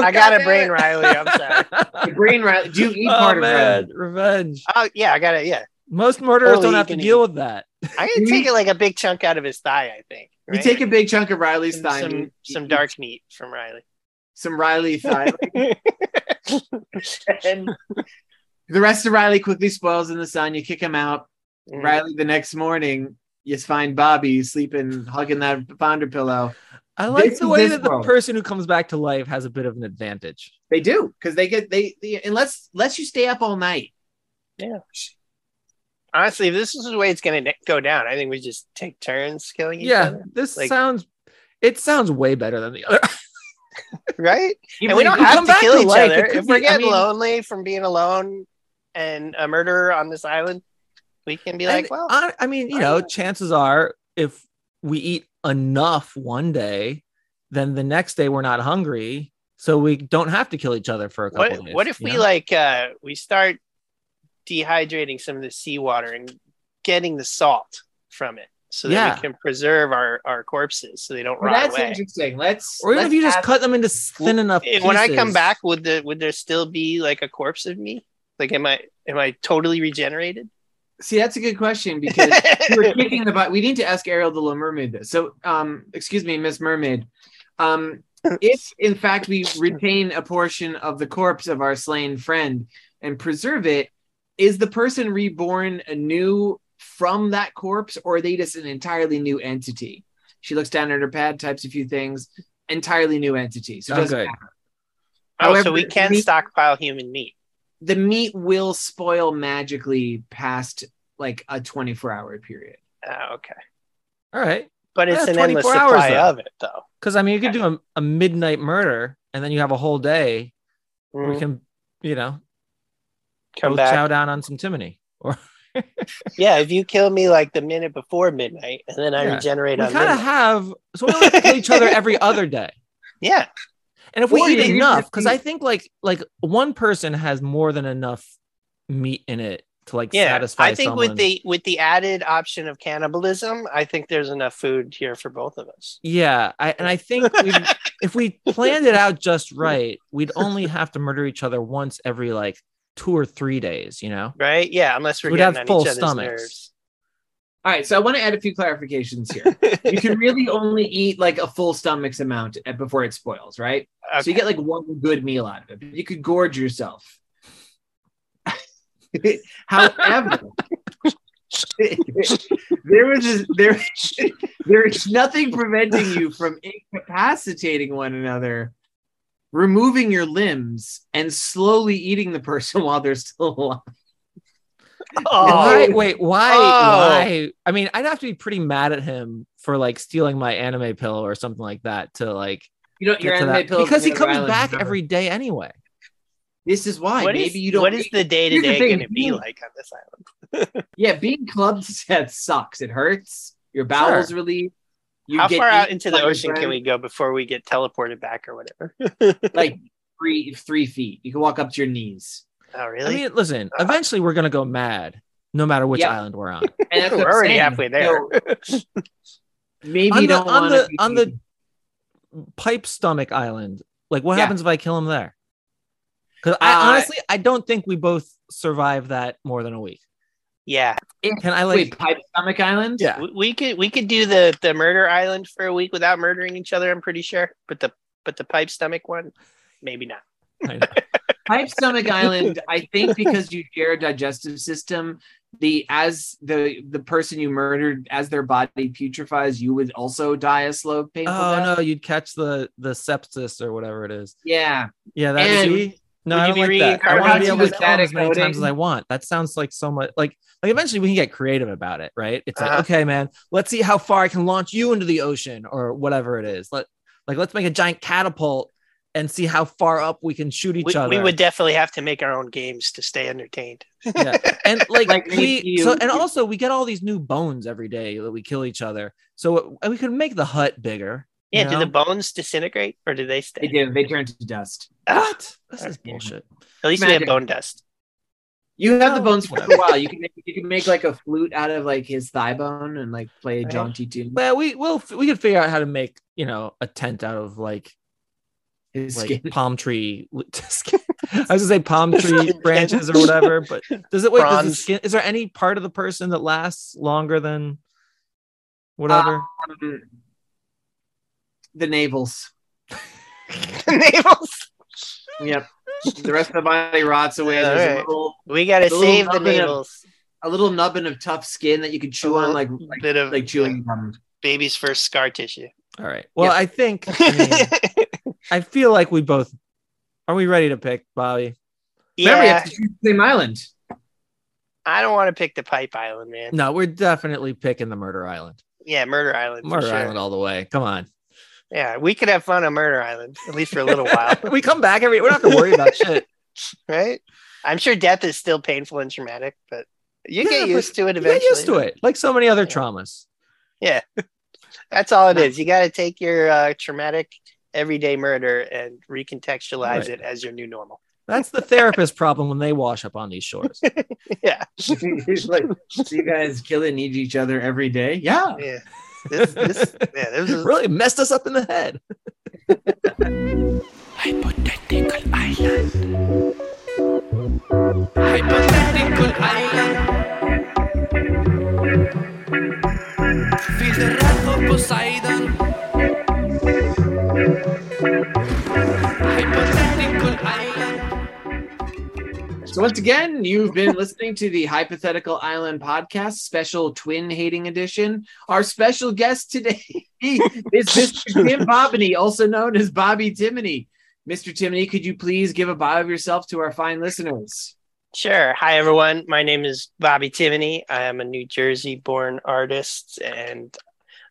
E: No,
C: I gotta
E: goddamn
C: brain
E: it.
C: Riley, I'm
E: (laughs)
C: sorry.
A: (laughs) The brain Riley. Do you eat
E: oh
A: part of Riley?
E: man, revenge.
C: Oh, yeah, I got it. Yeah,
E: Most murderers
C: Only
E: don't
C: you
E: have to
C: can
E: deal with that.
C: I'm gonna
A: You-
C: take it like a big chunk out of his thigh. I think.
A: You
C: right?
A: take a big chunk of Riley's
C: some
A: thigh. and
C: some,
A: you-
C: some dark meat from Riley.
A: Some Riley thigh. (laughs) and the rest of Riley quickly spoils in the sun. You kick him out.
C: Mm. Mm-hmm.
A: Riley, the next morning, you find Bobby sleeping, hugging that founder pillow.
E: I like
A: This
E: the
A: is
E: way
A: this
E: that the
A: world.
E: person who comes back to life has a bit of an advantage.
A: They do because they get they, they unless unless you stay up all night.
C: Honestly, if this is the way it's gonna go down, I think we just take turns killing each
E: Yeah,
C: other,
E: this
C: Like-
E: sounds it sounds way better than the other.
C: right?
A: Even
C: and we
A: if
C: don't
A: you-
E: come
C: have to
E: back
C: kill
E: to
C: each
E: life,
C: other
E: it could
C: if we're
E: be- I
C: getting
E: mean-
C: lonely from being alone and a murderer on this island. We can be like,
E: And
C: well,
E: I, I mean, you
C: I
E: know,
C: don't know.
E: chances are if we eat enough one day, then the next day we're not hungry, so we don't have to kill each other for a couple
C: what
E: days.
C: what if
E: you
C: we
E: know?
C: like uh we start dehydrating some of the seawater and getting the salt from it so that
E: Yeah.
C: we can preserve our our corpses so they don't
A: Well,
C: rot
A: that's
C: away.
A: interesting. Let's
E: or even if
A: let's
E: you just
A: ask-
E: cut them into s- thin enough.
C: Eh, When I come
E: pieces.
C: back, would the would there still be like a corpse of me? Like, am I am I totally (laughs) regenerated? Oh,
A: see that's a good question (laughs) because we were kicking about we need to ask Ariel the Little Mermaid this. So um excuse me, Miss Mermaid. Um if in fact we retain a portion of the corpse of our slain friend and preserve it, is the person reborn anew from that corpse or are they just an entirely new entity? She looks down at her pad, types a few things, entirely new entity. So it
E: Oh,
A: doesn't
E: good.
A: matter.
C: oh,
A: However,
C: so we can
A: me-
C: stockpile human meat.
A: the meat will spoil magically past like a 24 hour period.
C: Ah, okay,
E: All right,
C: but it's
E: Yeah,
C: an endless
E: 24 hours,
C: supply
E: though.
C: of it, though.
E: because I mean, you could do a, a midnight murder, and then you have a whole day. where We
C: Mm,
E: can, you know,
C: Come
E: both
C: back.
E: chow down on some Timony. Or
C: Yeah, if you kill me like the minute before midnight, and then I
E: Yeah. we
C: regenerate on
E: kind of
C: midnight.
E: have so we only kill each other every other day.
C: yeah,
E: And if we
A: Or you
E: eat
A: can
E: enough,
A: just
E: because
A: eat-
E: I think like like one person has more than enough meat in it to like
C: yeah.
E: satisfy.
C: I think
E: someone.
C: with the with the added option of cannibalism, I think there's enough food here for both of us.
E: yeah, I, and
C: (laughs)
E: I think we if we planned it out just right, we'd only have to murder each other once every like two or three days. You know,
C: Right? Yeah, unless we're
E: We'd
C: getting
E: have
C: on
E: full
C: each other's
E: stomachs.
A: All right, so I want to add a few clarifications here.
C: nerves.
A: You (laughs) can really only eat like a full stomach's amount at- before it spoils, right? So
C: Okay.
A: you get like one good meal out of it. but You could gorge yourself. (laughs) However, (laughs) there was this- there (laughs) there is nothing preventing you from incapacitating one another, removing your limbs, and slowly eating the person (laughs) while they're still alive.
C: (laughs) oh,
E: why? Wait, why?
C: Oh.
E: Why? I mean, I'd have to be pretty mad at him for like stealing my anime pill or something like that to like
A: You don't.
E: get
A: Your
E: to
A: anime
E: that-
A: pills
E: because he
A: are
E: comes
A: violent,
E: back
A: remember.
E: every day anyway.
A: This is why.
C: what
A: Maybe
C: is
A: you don't.
C: what is the day to day
A: thing,
C: going to be
A: you-
C: like on this island?
A: Yeah, being (laughs) club set sucks. It hurts. Your bowels relieve. You
C: How
A: get
C: far out
A: eaten
C: into
A: by
C: the
A: your
C: ocean can
A: friend,
C: we go before we get teleported back or whatever?
A: Like three three feet. You can walk up to your knees.
C: oh, really?
E: I mean, listen, eventually we're gonna go mad, no matter which
A: Yeah.
E: island we're on.
A: And that's
C: (laughs) we're
A: what I'm
C: already
A: saying.
C: halfway there.
A: So maybe
E: On
A: you
E: the-
A: don't
E: on
A: want
E: the- on the- Pipe Stomach Island. Like, what
A: Yeah.
E: happens if I kill him there? Because I
A: Uh,
E: honestly, I don't think we both survive that more than a week.
C: yeah,
E: Can I like?
A: wait pipe stomach island.
E: yeah,
C: we, we could we could do the the murder island for a week without murdering each other. I'm pretty sure, but the but the pipe stomach one, maybe not.
E: I know.
A: Pipe
C: (laughs)
A: stomach island. I think because you share a digestive system, the as the the person you murdered as their body putrefies, you would also die a slow painful death.
E: oh no, you'd catch the the sepsis or whatever it is.
A: Yeah.
E: Yeah, that
A: And
E: see? No,
C: would
E: I
C: you
E: don't like
C: be
E: that. I want to be
A: reincarnated
E: able to
A: with
E: kill him as
A: static
E: many
A: coding?
E: times as I want. That sounds like so much. Like, like eventually we can get creative about it, right? It's like,
C: Uh-huh.
E: okay, man, let's see how far I can launch you into the ocean or whatever it is. Let like let's make a giant catapult and see how far up we can shoot each
C: we,
E: other.
C: we would definitely have to make our own games to stay entertained.
E: Yeah.
C: (laughs)
E: and like,
A: Like,
E: we
A: if you-
E: so and also we get all these new bones every day that we kill each other. So and we could make the hut bigger.
C: Yeah,
E: you
C: do the
E: know?
C: bones disintegrate or do they stay?
A: They do. They turn to dust.
C: Ah,
E: what? This is
A: Yeah.
E: bullshit.
C: at least we
A: Magic.
C: have
A: (laughs)
C: bone dust. (laughs)
A: You have the
E: Oh,
A: bones for a
E: whatever.
A: while. You can make, you can make like a flute out of like his thigh bone and like play a
C: Right.
A: jaunty tune.
E: Well, we will we could figure out how to make you know a tent out of
C: (laughs)
E: like
A: His
E: like
A: skin.
E: palm tree. (laughs) I was gonna say palm tree branches or whatever, but does it wait? Does the
C: Bronze.
E: skin, is there any part of the person that lasts longer than whatever?
C: Uh,
A: Um, the navels.
C: Navels.
A: Yep. the rest of the body rots away.
C: Yeah,
A: There's a
C: alright.
A: little
C: We gotta
A: The little
C: save the
A: nubbin of-
C: navels.
A: a little nubbin of tough skin that you could chew
C: A
A: on,
C: little
A: like like,
C: Bit of
A: like chewing gum.
C: baby's first scar tissue.
E: All right. Well,
A: Yeah.
E: I think
C: (laughs)
E: I, mean, I feel like we both are we ready to pick Bobby?
A: Remember, you have
C: yeah,
A: to choose the same island. (laughs)
C: I don't want to pick the Pipe Island, man.
E: No, we're definitely picking the Murder Island.
C: Yeah, Murder Island. for
E: Murder
C: sure.
E: Island all the way. Come on.
C: Yeah, we could have fun on Murder Island at least for a little while,
E: (laughs) we come back every. We don't have to worry about
C: (laughs)
E: shit.
C: right? I'm sure death is still painful and traumatic, but you
E: Yeah,
C: get
E: but
C: used to it
E: You
C: eventually.
E: get used to it, like so many other
C: Yeah.
E: traumas.
C: That's all it is. You got to take your uh, traumatic everyday murder and recontextualize
E: Right.
C: it as your new normal.
E: That's the therapist problem when they wash up on these shores.
C: Yeah,
A: He's like, so you guys killing each other every day? Yeah.
C: (laughs) yeah. This,
E: (laughs)
C: this, yeah, this is
E: really messed us up in the
C: (laughs)
E: head. (laughs)
D: Hypothetical island. Hypothetical island. Feel the wrath of Poseidon. Hypothetical island.
A: So once again, you've been listening to the Hypothetical Island podcast, special twin hating edition. Our special guest today (laughs) is Mr. Tim Bobney, also known as Bobby Timony. Mr. Timony, could you please give a bio of yourself to our fine listeners?
C: Sure. Hi, everyone. My name is Bobby Timoney. I am a New Jersey born artist and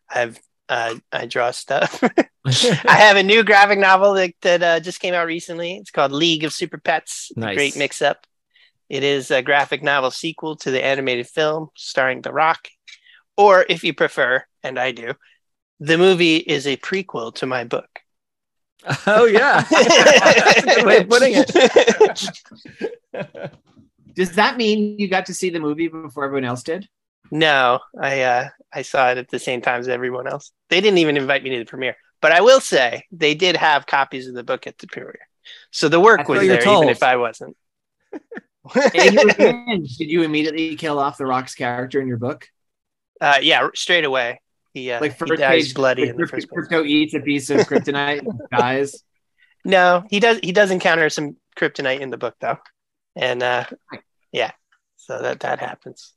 C: I've uh, I draw stuff. (laughs) I have a new graphic novel that, that uh, just came out recently. It's called League of Super Pets. The
E: Nice.
C: Great mix up. It is a graphic novel sequel to the animated film starring The Rock. Or if you prefer, and I do, the movie is a prequel to my book. (laughs)
E: oh yeah, (laughs) That's a good way of putting it.
A: Does that mean you got to see the movie before everyone else did?
C: No, I uh, I saw it at the same time as everyone else. They didn't even invite me to the premiere, but I will say they did have copies of the book at the premiere, so the work
A: That's
C: was
E: what you're
C: there,
E: told.
C: even if I
E: (laughs)
C: wasn't.
A: And you revenge, did you immediately kill off the Rock's character in your book?
C: uh, yeah, straight away. He uh,
A: Like
C: he
A: first
C: dies
A: page,
C: bloody
A: like
C: in the
A: Crypto-
C: first place.
A: Crypto eats a piece of kryptonite, and dies.
C: No, he does. He does encounter some kryptonite in the book though, and uh, yeah, so that that happens.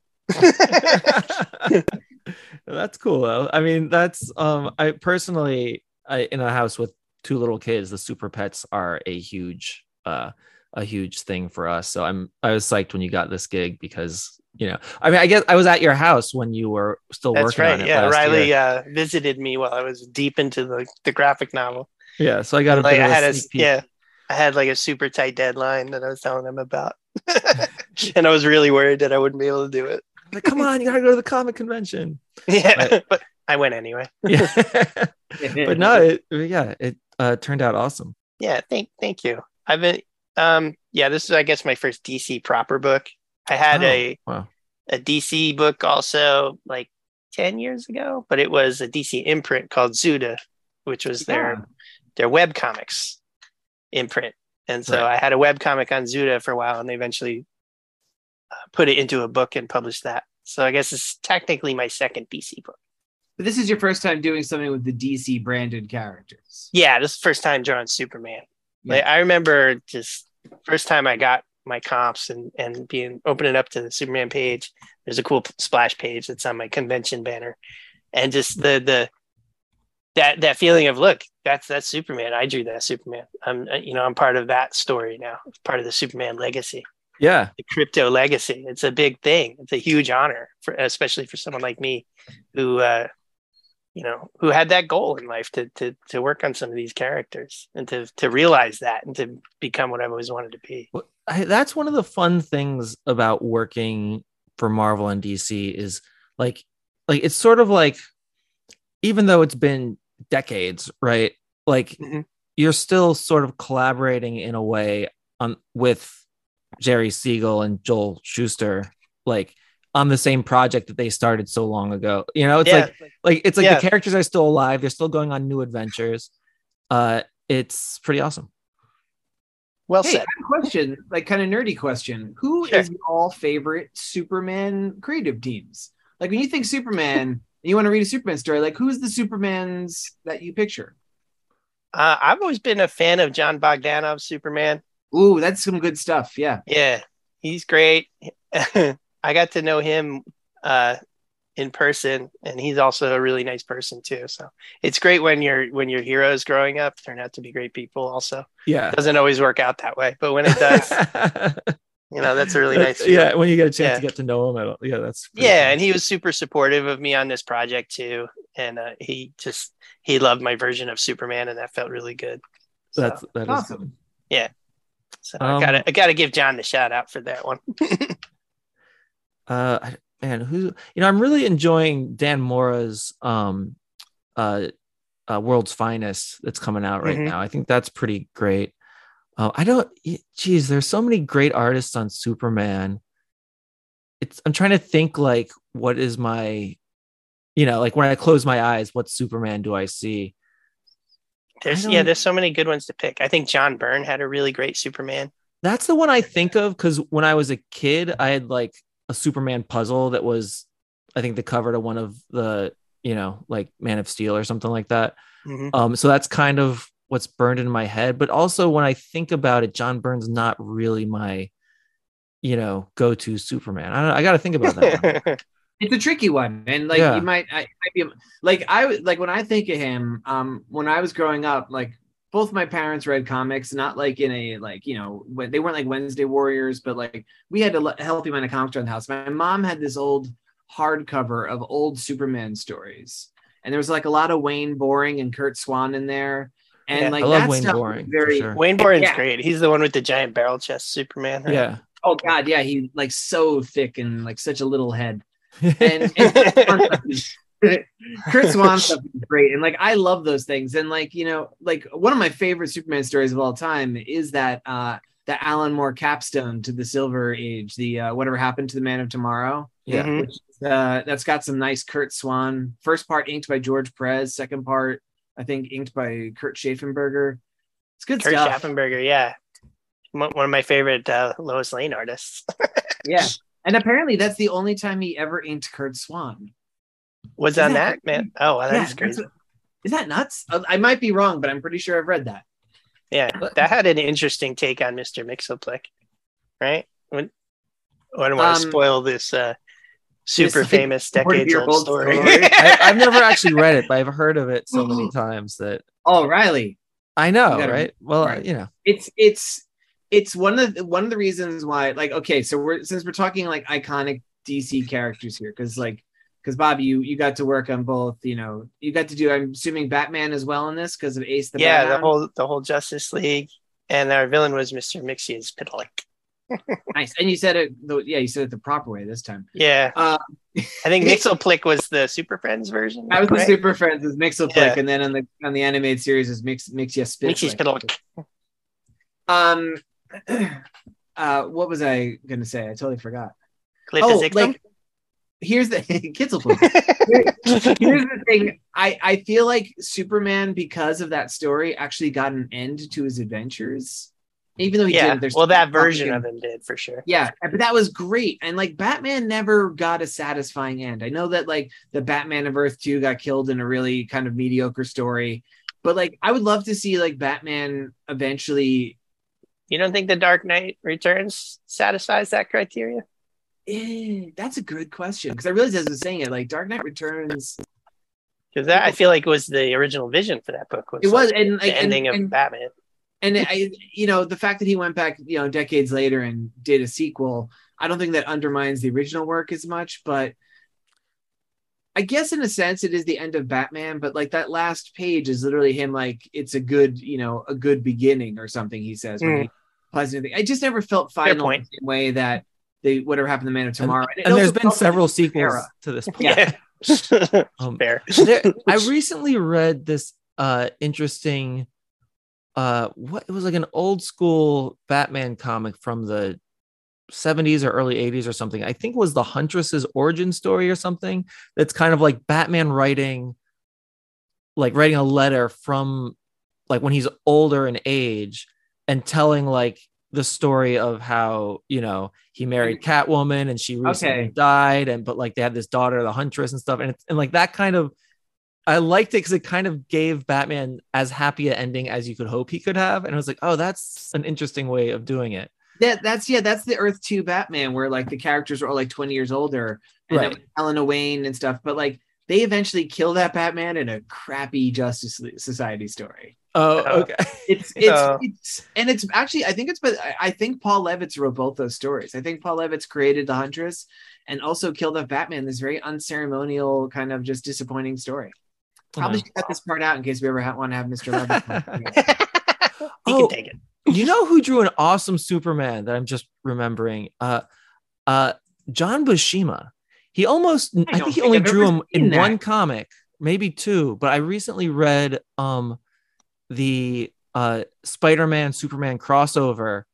E: (laughs) that's cool though. I mean, that's um, I personally, I in a house with two little kids, the super pets are a huge, uh, a huge thing for us. So I'm, I was psyched when you got this gig because you know, I mean, I guess I was at your house when you were still
C: That's
E: working on
C: right.
E: it.
C: Yeah,
E: last
C: Riley
E: year.
C: uh, visited me while I was deep into the the graphic novel.
E: Yeah, so I got a
C: like
E: bit
C: I
E: of a
C: had a
E: sneak peek.
C: yeah, I had like a super tight deadline that I was telling him about, (laughs) and I was really worried that I wouldn't be able to do it. (laughs)
E: Like, come on, you gotta go to the comic convention. (laughs)
C: Yeah,
E: Right.
C: but I went anyway.
E: Yeah, (laughs) but no, it, yeah, it uh, turned out awesome.
C: Yeah, thank thank you. I've been um yeah, this is I guess my first DC proper book. I had
E: Oh,
C: a
E: wow.
C: a DC book also like ten years ago, but it was a DC imprint called Zuda, which was their their web comics imprint. And so
E: Right.
C: I had a web comic on Zuda for a while, and they eventually uh, put it into a book and published that. So I guess it's technically my second DC book.
A: But this is your first time doing something with the DC branded characters.
C: Yeah, this is the first time drawing Superman.
A: Yeah.
C: Like I remember just first time I got my comps and and being opening up to the Superman page. There's a cool p- splash page that's on my convention banner, and just the the that that feeling of look that's that's Superman. I drew that Superman. I'm uh, you know I'm part of that story now. Part of the Superman legacy,
E: Yeah,
C: the crypto legacy. It's a big thing. It's a huge honor for especially for someone like me, who uh, you know, who had that goal in life to to to work on some of these characters and to to realize that and to become what I've always wanted to be.
E: Well, I, that's one of the fun things about working for Marvel and DC is like like it's sort of like even though it's been decades, right? Like
C: Mhm.
E: you're still sort of collaborating in a way on with Jerry Siegel and Joel Schuster, like on the same project that they started so long ago. You know, it's
C: yeah,
E: like like it's like
C: Yeah.
E: the characters are still alive they're still going on new adventures uh it's pretty awesome
C: well
A: Hey, I
C: said.
A: have a question, like kind of nerdy question. Who is
C: Sure.
A: your all favorite Superman creative teams? Like when you think Superman and you want to read a Superman story, like who's the Supermans that you picture?
C: Uh, I've always been a fan of John Bogdanov's Superman.
A: Ooh, that's some good stuff. Yeah.
C: Yeah, he's great. (laughs) I got to know him uh, in person, and he's also a really nice person too. So it's great when your when your heroes growing up turn out to be great people. Also,
E: yeah
C: doesn't always work out that way, but when it
E: (laughs)
C: does, you know that's a really nice. feeling.
E: Uh, yeah when you get a chance
C: Yeah.
E: to get to know him I don't- yeah that's pretty
C: yeah
E: cool.
C: and he was super supportive of me on this project too and uh, he just he loved my version of superman and that felt really good so,
E: that's that is
A: Awesome.
C: so
E: um,
C: i gotta i gotta give john the shout out for that one
E: uh I- man who you know i'm really enjoying dan mora's um uh, uh world's finest that's coming out right
C: Mhm.
E: now i think that's pretty great uh, i don't y- geez there's so many great artists on superman it's i'm trying to think like what is my you know like when i close my eyes what superman do i see
C: there's
E: don't-
C: yeah there's so many good ones to pick i think john byrne had a really great
E: (laughs)
C: superman
E: That's the one I think of because when I was a kid, I had like a Superman puzzle that was, I think, the cover to one of the, you know, like Man of Steel or something like that.
A: Mm-hmm.
C: Mhm.
E: Um, so that's kind of what's burned in my head. But also when I think about it, John Byrne's not really my, you know, go to Superman. I don't. I got to think about
A: (laughs)
E: that. one.
A: It's a tricky one. And like
E: Yeah.
A: you might I might be like I would- like when I think of him, um, when I was growing up, like both my parents read comics, not like in a like, you know, when they weren't like Wednesday Warriors, but like we had a le- healthy amount of comics around the house. My mom had this old hardcover of old Superman stories. And there was like a lot of Wayne Boring and Kurt Swan in there. And
C: Yeah,
A: like
E: I love
A: that
E: Wayne
A: stuff was
E: Boring. for
A: very
E: sure.
C: (laughs) wayne bourne's
A: Yeah.
C: great he's the one with the giant barrel chest superman right?
E: Yeah.
A: oh god, yeah, he like so thick and like such a little head.
E: (laughs)
A: And, and Swan stuff is- Kurt Swan stuff is great, and like I love those things. And like you know, like one of my favorite Superman stories of all time is that uh that Alan Moore capstone to the Silver Age, the uh, whatever happened to the Man of Tomorrow.
E: Yeah.
C: Mhm.
A: Which is, uh, that's got some nice Kurt Swan. First part inked by George Perez. Second part, I think, inked by Kurt Schaffenberger. It's good
C: kurt
A: stuff.
C: schaffenberger yeah Mo- one of my favorite uh, lois lane artists
A: Yeah, and apparently that's the only time he ever inked Kurt Swan.
C: was
A: Isn't
C: on
A: that
C: that man oh wow, that
A: Yeah,
C: is crazy
A: that's- Is that nuts? Uh, I might be wrong, but I'm pretty sure I've read that.
C: Yeah, that had an interesting take on Mr. Mixoplick, right? When, I don't want to
A: Um,
C: spoil this uh, super
A: like,
C: famous
A: forty
C: decades
A: year
C: old
A: old (laughs)
C: story.
A: story.
C: (laughs)
E: I, I've never actually read it, but I've heard of it so many times that
A: Oh, Riley,
E: I know,
A: Mm-hmm. You gotta-
E: right? Well,
A: right.
E: you know,
A: it's it's it's one of the, one of the reasons why. Like, okay, so we're since we're talking like iconic DC characters here, because like because Bob, you you got to work on both. You know, you got to do. I'm assuming Batman as well in this because of Ace the
C: yeah, the
A: Batman.
C: whole the whole Justice League, and our villain was Mr. Mixius Pitalik.
A: nice. And you said it. The, yeah, you said it the proper way this time.
C: Yeah,
A: Uh,
C: I
A: (laughs)
C: think Mixoplick was the Super Friends version.
A: I was the
C: right?
A: Super Friends is Mixoplick,
C: Yeah.
A: and then on the on the animated series is Mix Mix Yes
C: Mixius Pitalik.
A: Um, (clears throat) uh, what was I gonna say? I totally forgot.
C: Cliff
A: oh,
C: is Ixom?
A: like here's the (laughs) kids will play. here's the thing. I I feel like Superman because of that story actually got an end to his adventures, even though he
C: yeah.
A: did. There's
C: Well, that version of
A: it.
C: him did for sure.
A: Yeah, uh, but that was great. And like Batman never got a satisfying end. I know that like the Batman of Earth 2 got killed in a really kind of mediocre story, but like I would love to see like Batman eventually
C: You don't think the Dark Knight Returns satisfies that criteria?
A: Eh, that's a good question because I realized as I was saying it, like Dark Knight Returns,
C: Because that I feel like was the original vision for that book. Was
A: it
C: like,
A: was and
C: the
A: like and,
C: ending of
A: and,
C: Batman.
E: (laughs)
A: and I, you know, the fact that he went back, you know, decades later and did a sequel, I don't think that undermines the original work as much, but I guess in a sense it is the end of Batman, but like that last page is literally him like it's a good, you know, a good beginning or something. He says when
C: Mm.
A: he
E: Hmm.
A: applies anything. I just never felt final in
C: point.
A: the same way that they whatever happened to Man of Tomorrow. it
E: and there's
A: also
E: been
A: felt like
E: several
A: a different
E: sequels
A: era. (laughs)
E: to this.
C: Yeah. (laughs)
E: Um,
C: Fair.
E: there, I recently read this uh interesting uh what it was like an old school Batman comic from the 70s or early 80s or something. I think was the Huntress's origin story or something that's kind of like Batman writing like writing a letter from like when he's older in age and telling like the story of how you know he married Catwoman and she recently
A: Okay.
E: died and but like they had this daughter the Huntress and stuff and it's, and like that kind of I liked it because it kind of gave Batman as happy an ending as you could hope he could have and I was like oh that's an interesting way of doing it
A: That that's yeah, that's the Earth 2 Batman where like the characters are all like 20 years older and
E: Right.
A: then Helena Wayne and stuff, but like they eventually kill that Batman in a crappy Justice League- Society story.
E: oh
C: Uh,
E: okay (laughs)
A: It's it's,
E: uh,
C: Oh.
A: it's and it's actually I think it's but I- I think Paul Levitz wrote both those stories. I think Paul Levitz created the Huntress and also killed the Batman. This very unceremonial kind of just disappointing story.
E: Uh-huh.
A: Probably should cut this part out in case we ever ha- want to have Mr.
E: (laughs)
A: Levitz.
C: He
E: Oh.
C: can take it.
E: you know who drew an awesome Superman that I'm just remembering? Uh, uh, John Buscema. He almost, I,
A: don't
E: think he
A: think
E: only
A: I've
E: drew
A: ever
E: him in
A: seen that.
E: one comic, maybe two. But I recently read um the uh Spider-Man Superman crossover,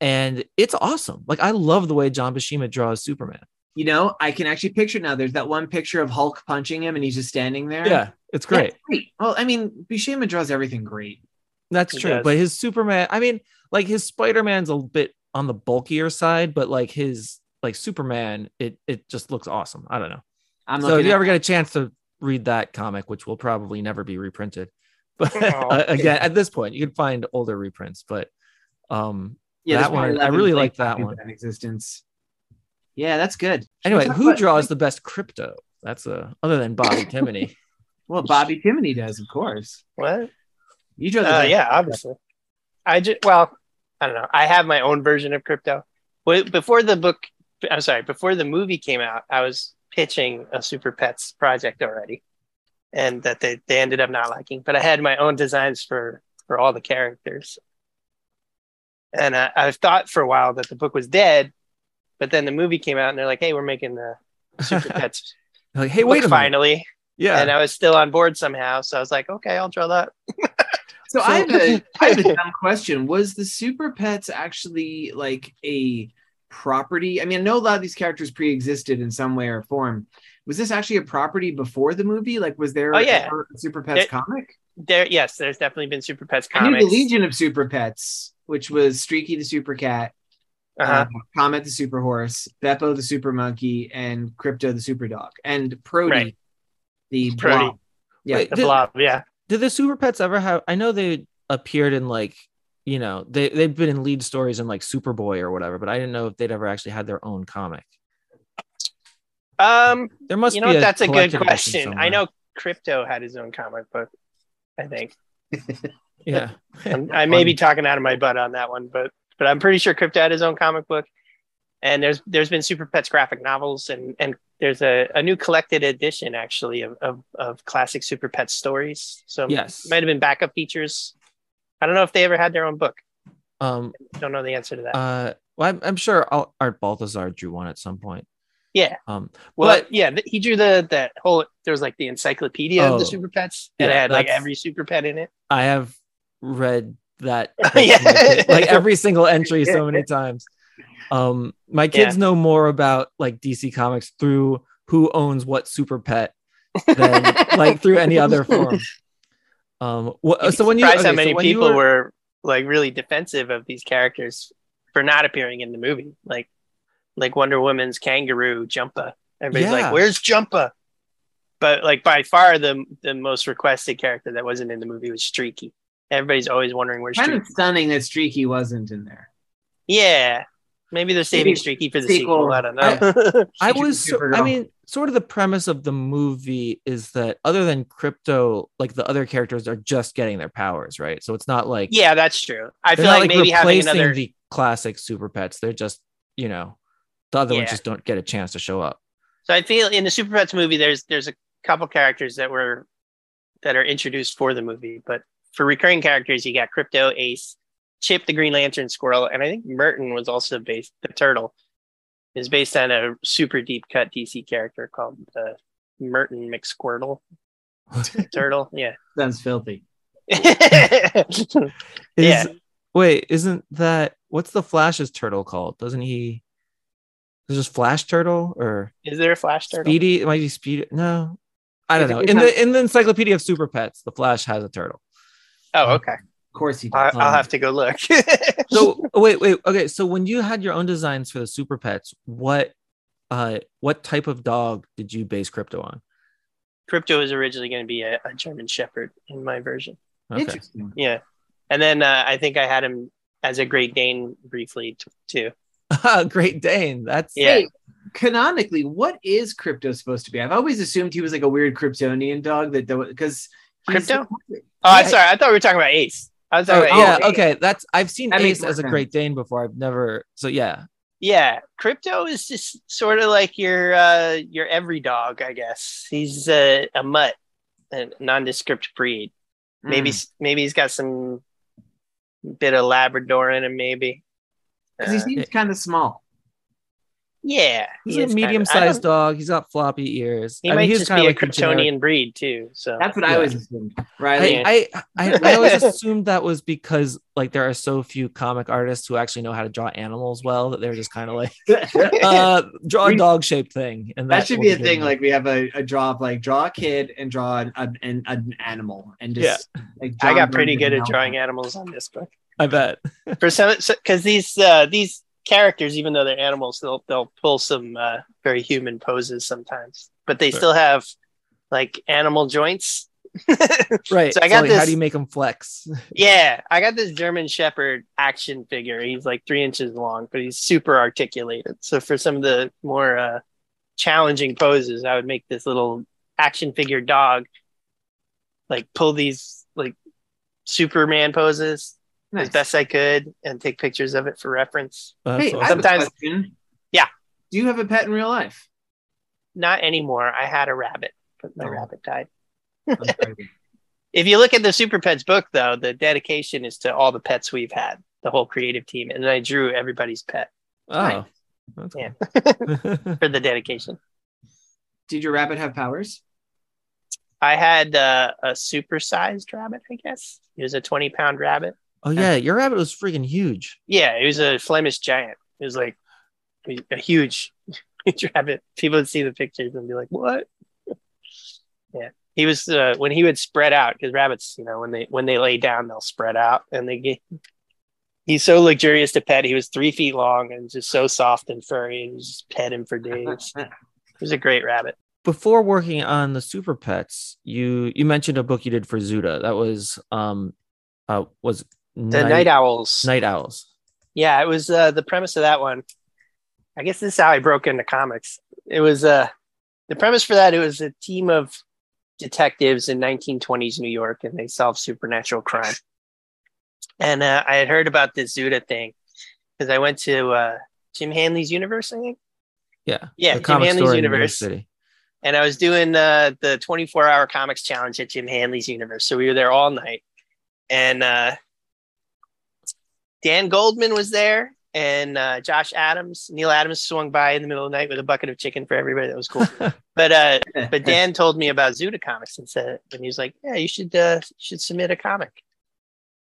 E: and it's awesome. Like I love the way John Buscema draws Superman.
A: you know, I can actually picture now. There's that one picture of Hulk punching him and he's just standing there.
E: Yeah, it's great.
A: That's great. Well, I mean, Buscema draws everything great.
E: That's
C: He
E: true.
C: does.
E: But his Superman, I mean, like his Spider-Man's a bit on the bulkier side, but like his like Superman, it it just looks awesome. I don't know.
A: I'm
E: so if
A: looking
E: you
A: at-
E: ever get a chance to read that comic, which will probably never be reprinted, (laughs) but
C: Oh.
E: uh, again, at this point, you can find older reprints. But um, that
A: there's probably
E: one- I
A: 11
E: really
A: plain
E: like that
A: copies
E: one.
A: in existence. Yeah, that's good.
E: anyway,
A: talk
E: who
A: about-
E: draws the best crypto? That's a other
A: (coughs)
E: than Bobby Timoney.
A: Well, Bobby Timoney does, of course.
C: What?
A: You draw the
C: Uh,
A: best-
C: yeah, obviously. I just well, I don't know. I have my own version of crypto. Wait, Before the book, I'm sorry, before the movie came out, I was pitching a Super Pets project already, and that they they ended up not liking. But I had my own designs for for all the characters, and I, I've thought for a while that the book was dead, but then the movie came out, and they're like, "Hey, we're making the Super
E: (laughs)
C: Pets
E: like, hey, wait
C: book
E: a minute.
C: finally,"
E: Yeah,
A: uh,
C: and I was still on board somehow. So I was like, "Okay, I'll draw that."
A: So, I have
C: (laughs)
A: a I have a dumb question. Was the Super Pets actually like a property? I mean, I know a lot of these characters pre-existed in some way or form. Was this actually a property before the movie? Like, was there
C: Oh, yeah.
A: ever a Super Pets
C: It-
A: comic?
C: There, yes, there's definitely been Super Pets
A: I knew
C: comics.
A: the Legion of Super Pets, which was Streaky the Super Cat,
C: Uh-huh.
A: uh, Comet the Super Horse, Beppo the Super Monkey, and Crypto the Super Dog, and Prody
C: Right.
A: the
C: Prody.
A: Blob. Yeah,
E: Wait,
C: the
E: did-
C: blob, yeah.
E: did the super pets ever have i know they appeared in like you know they, they've been in lead stories in like superboy or whatever but i didn't know if they'd ever actually had their own comic
C: Um,
E: there must
C: you
E: be
C: know,
E: a
C: that's a good
E: collective edition
C: question. I
E: somewhere.
C: know Crypto had his own comic book, I
E: (laughs)
C: think.
E: yeah
C: And I may be talking out of my butt on that one, but but I'm pretty sure Crypto had his own comic book. And there's there's been Super Pets graphic novels and and there's a, a new collected edition actually of, of of classic Super Pets stories. So
E: yes
C: might have been backup features. I don't know if they ever had their own book.
E: um
C: Don't know the answer to that.
E: uh well, I'm, I'm sure Al- art balthazar drew one at some point
C: Yeah.
E: um
C: Well,
E: But-
C: yeah, th- he drew the that whole. There was like the encyclopedia of
E: Oh.
C: the super pets, and it
E: Yeah,
C: had like
E: that's-
C: every super pet in it.
E: i have read
C: (laughs)
E: that
C: Yeah.
E: like every single entry
C: (laughs)
E: so many times um my kids know more about like dc comics through who owns what super pet
C: (laughs)
E: than like through any other form. Um, wha-
C: You'd be
E: so when you
C: surprised how
E: okay, so
C: many
E: when you
C: people
E: were,
C: were like really defensive of these characters for not appearing in the movie, like like Wonder Woman's kangaroo Jumpa. Everybody's
E: Yeah.
C: like, "Where's Jumpa?" But like by far the the most requested character that wasn't in the movie was Streaky. Everybody's always wondering where
A: kind
C: Streaky.
A: of stunning that Streaky wasn't in there.
C: Yeah, maybe they're saving
A: Maybe
C: Streaky for the
A: sequel.
C: sequel. I don't know. (laughs)
E: I
A: She
E: was,
A: was
E: so- I
A: Supergirl.
E: mean, sort of the premise of the movie is that other than crypto, like the other characters are just getting their powers, right? So it's not like
C: Yeah, that's true. I
E: they're
C: feel
E: not,
C: like, maybe having
E: replacing
C: another.
E: the classic super pets. They're just you know the other ones
C: Yeah.
E: just don't get a chance to show up.
C: So I feel in the Super Pets movie, there's there's a couple characters that were that are introduced for the movie, but for recurring characters, you got Crypto, Ace, Chip, the Green Lantern, Squirrel, and I think Merton was also based. The Turtle is based on a super deep cut DC character called uh, Merton McSquirtle. Turtle, yeah.
A: Sounds filthy.
E: Is,
C: Yeah.
E: Wait, isn't that what's the Flash's turtle called? Doesn't he? There's just Flash Turtle or
C: is there a Flash Turtle?
E: Speedy? It might be Speedy. No, I don't
A: I
E: know.
A: think
E: In
A: it's
E: the in the Encyclopedia of Super Pets, the Flash has
C: (laughs)
E: a turtle.
C: Oh, okay.
A: Of course he did.
C: I, I'll have to go look. (laughs)
E: So oh, wait, wait, okay. So when you had your own designs for the Super Pets, what, uh, what type of dog did you base crypto on?
C: Crypto is originally going to be a, a German Shepherd in my version.
E: Okay.
A: Interesting.
C: Yeah. And then uh, I think I had him as a Great Dane briefly t- too.
E: (laughs) Great Dane. That's
C: Yeah.
A: Hey, canonically, what is Crypto supposed to be? I've always assumed he was like a weird Kryptonian dog that because
C: Crypto? Oh, I'm
E: Yeah.
C: sorry. I thought we were talking about Ace. I was talking
E: Oh,
C: about
E: yeah,
C: Ace.
E: okay. That's I've seen
A: That makes
E: Ace
A: more
E: as a
A: sense.
E: Great Dane before. I've never. So yeah,
C: Yeah, crypto is just sort of like your uh, your every dog, I guess. He's a, a mutt, a nondescript breed.
A: mm,
E: Hmm.
C: Maybe maybe he's got some bit of Labrador in him. Maybe.
A: because he
C: Uh,
A: seems kind of small.
C: yeah,
E: he's
C: he
E: a
C: is kind of- I
E: medium-sized
C: don't-
E: dog. He's got floppy ears.
C: He
E: I mean,
C: might
E: he's
C: just
E: kinda
C: be a
E: like your generic-
C: Kryptonian breed too. So
A: That's what I
E: Yeah.
A: always assumed. Riley,
C: Yeah.
E: I, I, I, I always assumed that was because like there are so few comic artists who actually know how to draw animals well that they're just kind of like uh, draw a
A: We-
E: dog shaped thing and
A: that should
E: will
A: be a
E: good
A: thing.
E: enough.
A: Like we have a, a draw of like draw a kid and draw an, an, an, an animal and just like
C: I
A: John
C: got pretty
A: Bunyan
C: good at
A: and
C: drawing animals on this book.
E: I bet (laughs)
C: for some because these uh, these characters, even though they're animals, they'll they'll pull some uh, very human poses sometimes, but they
E: Sure.
C: still have like animal joints.
E: right.
C: So I got
E: like, How
C: this-
E: do you make them flex?
C: yeah, I got this German Shepherd action figure. He's like three inches long, but he's super articulated. So for some of the more uh, challenging poses, I would make this little action figure dog like pull these like Superman poses
A: Nice.
C: as best I could and take pictures of it for reference.
E: Uh,
A: Hey,
E: so-
A: I have a
C: Sometimes-
A: question.
C: Yeah.
A: Do you have a pet in real
C: (laughs)
A: life?
C: not anymore. I had a rabbit, but my
A: Oh.
C: rabbit died.
A: I'm sorry.
C: If you look at the Super Pets book, though, the dedication is to all the pets we've had, the whole creative team, and I drew everybody's pet
E: oh, that's
C: Yeah.
E: cool.
C: for the dedication.
A: Did your rabbit have powers?
C: I had uh, a supersized rabbit, I guess. He was a twenty-pound rabbit.
E: (laughs) oh yeah, your rabbit was freaking huge.
C: Yeah, he was a Flemish giant. He was like a huge, (laughs) huge rabbit. People would see the pictures and be like, "What?" (laughs) Yeah, he was uh, when he would spread out because rabbits, you know, when they when they lay down, they'll spread out, and they get. (laughs) He's so luxurious to pet. He was three feet long and just so soft and furry, and you just pet him for
A: (laughs)
C: days. He was a great rabbit.
E: before working on the super pets you you mentioned a book you did for zuda that was um uh was
C: The night, owls.
E: night owls
C: Yeah, it was uh, the premise of that one. I guess this is how I broke into comics. It was uh, the premise for that. It was a team of detectives in 1920s New York, and they solved supernatural crime. And uh, I had heard about this Zuda thing because I went to uh, Jim Hanley's universe, I think,
E: yeah
C: Yeah,
E: a
C: Jim
E: comic
C: Hanley's
E: story in New York
C: universe.
E: city
C: and I was doing uh, the 24 hour comics challenge at Jim Hanley's universe. So we were there all night, and uh, Dan Goldman was there, and uh, Josh Adams, Neil Adams swung by in the middle of the night with a bucket of chicken for everybody. That was cool. but uh, but Dan told me about Zuda Comics and said, and he was like, "Yeah, you should uh, you should submit a comic."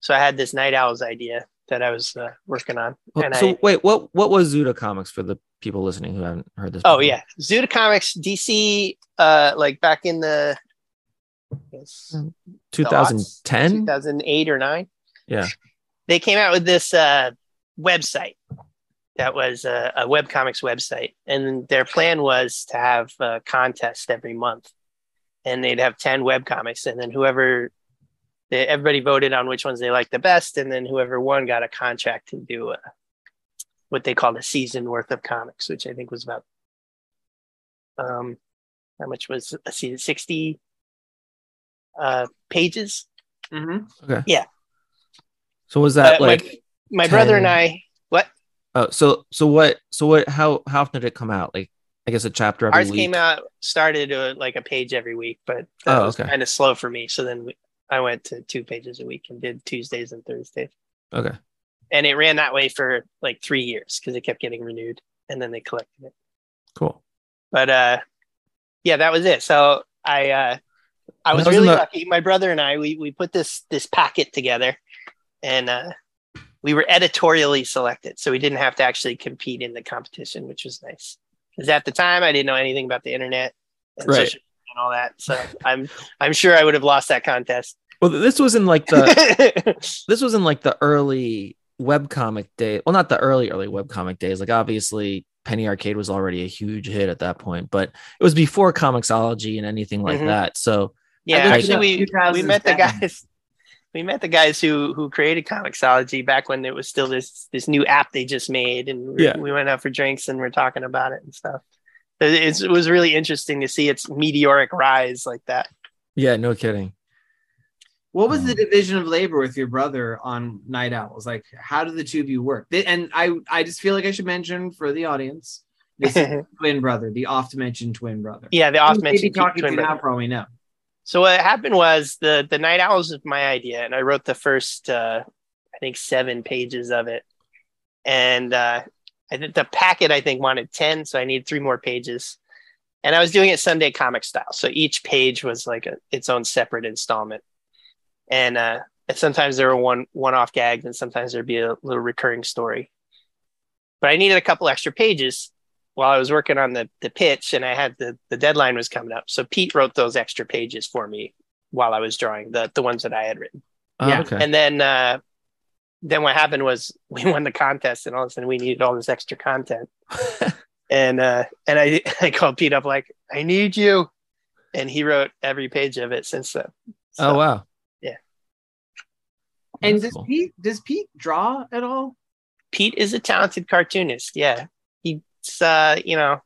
C: So I had this Night Owls idea that I was uh, working on,
E: Well,
C: and
E: so
C: I
E: wait what what was zuda comics for the people listening who haven't heard this
C: oh
E: before?
C: yeah, Zuda Comics DC, uh, like back in the. Yes.
E: 2010
C: 2008 or 9
E: Yeah.
C: they came out with this uh, website that was a, a web comics website and their plan was to have a contest every month and they'd have 10 web comics and then whoever they, everybody voted on which ones they liked the best and then whoever won got a contract to do a, what they called a season worth of comics which i think was about um how much was a season 60 uh pages
A: Mhm.
E: so was that
C: Uh,
E: like uh,
C: my brother and
E: 10.
C: I. What?
E: oh so so what so what how how often did it come out like I guess a chapter every
C: Ours
E: week.
C: came out started uh, like a page every week, but that
E: Oh,
C: was
E: okay.
C: kind of slow for me. So then we, I went to two pages a week and did Tuesdays and Thursdays,
E: Okay.
C: and it ran that way for like three years because it kept getting renewed, and then they collected it.
E: Cool.
C: But uh, yeah, that was it. So I uh, I
E: That
C: was,
E: was in
C: really
E: the-
C: lucky. My brother and I we we put this this packet together, and uh, we were editorially selected, so we didn't have to actually compete in the competition, which was nice. Because at the time, I didn't know anything about the internet and
E: Right.
C: social media and all that. So I'm I'm sure I would have lost that contest.
E: Well, this was in like the Uh,
C: (laughs)
E: this was in like the early webcomic day. Well, not the early early webcomic days. Like obviously Penny Arcade was already a huge hit at that point, but it was before Comixology and anything like
C: Mhm.
E: that. So
A: I
C: yeah,
A: looked it
C: actually,
A: up,
C: we we met the
A: 2007.
C: guys. (laughs) We met the guys who who created Comixology back when it was still this this new app they just made, and we-
E: Yeah.
C: we went out for drinks and we're talking about it and stuff. It, it's- it was really interesting to see its meteoric rise like
A: (laughs)
C: that.
E: yeah, no kidding.
A: What was the
B: Um,
C: Mm.
A: division of labor with your brother on Night Owls? Like, how do the two of you work? Th- And I, I just feel like I should mention for the audience,
C: (laughs)
A: this is twin brother, the oft-mentioned twin brother.
C: yeah, the
A: Who
C: off
A: may be
C: mentioned
A: talking to you now, probably know.
C: So what happened was the the night owls was my idea, and I wrote the first uh, I think seven pages of it, and uh, I think the packet I think wanted ten, so I needed three more pages, and I was doing it Sunday comic style, so each page was like a, its own separate installment, and uh, and sometimes there were one one off gags, and sometimes there'd be a little recurring story, but I needed a couple extra pages. While I was working on the, the pitch and I had the, the deadline was coming up. So Pete wrote those extra pages for me while I was drawing the, the ones that I had written.
E: Oh,
A: Yeah.
E: okay.
C: And then uh, then what happened was (laughs) we won the contest, and all of a sudden we needed all this extra
E: (laughs)
C: content. and uh, and I (laughs) I called Pete up like I need you, and he wrote every page of it since then.
E: oh wow.
C: Yeah.
A: And
E: That's
A: does
E: cool.
A: Pete does Pete draw at all?
C: Pete is a talented cartoonist. Yeah, he's uh, you know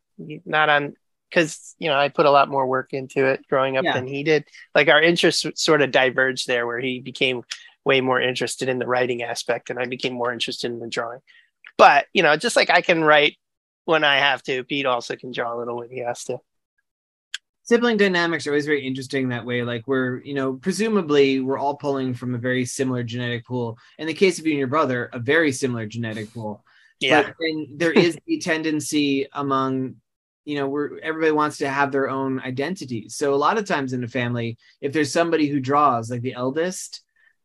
C: not on because you know I put a lot more work into it growing up
A: Yeah.
C: than he did. Like our interests sort of diverged there, where he became way more interested in the writing aspect, and I became more interested in the drawing. But you know, just like I can write when I have to, Pete also can draw a little when he has to.
A: Sibling dynamics are always very interesting that way. Like we're, you know, presumably we're all pulling from a very similar genetic pool. In the case of you and your brother, a very similar genetic pool.
C: Yeah,
A: But then there is the (laughs) tendency among, you know, where everybody wants to have their own identity. So a lot of times in a family, if there's somebody who draws, like the eldest,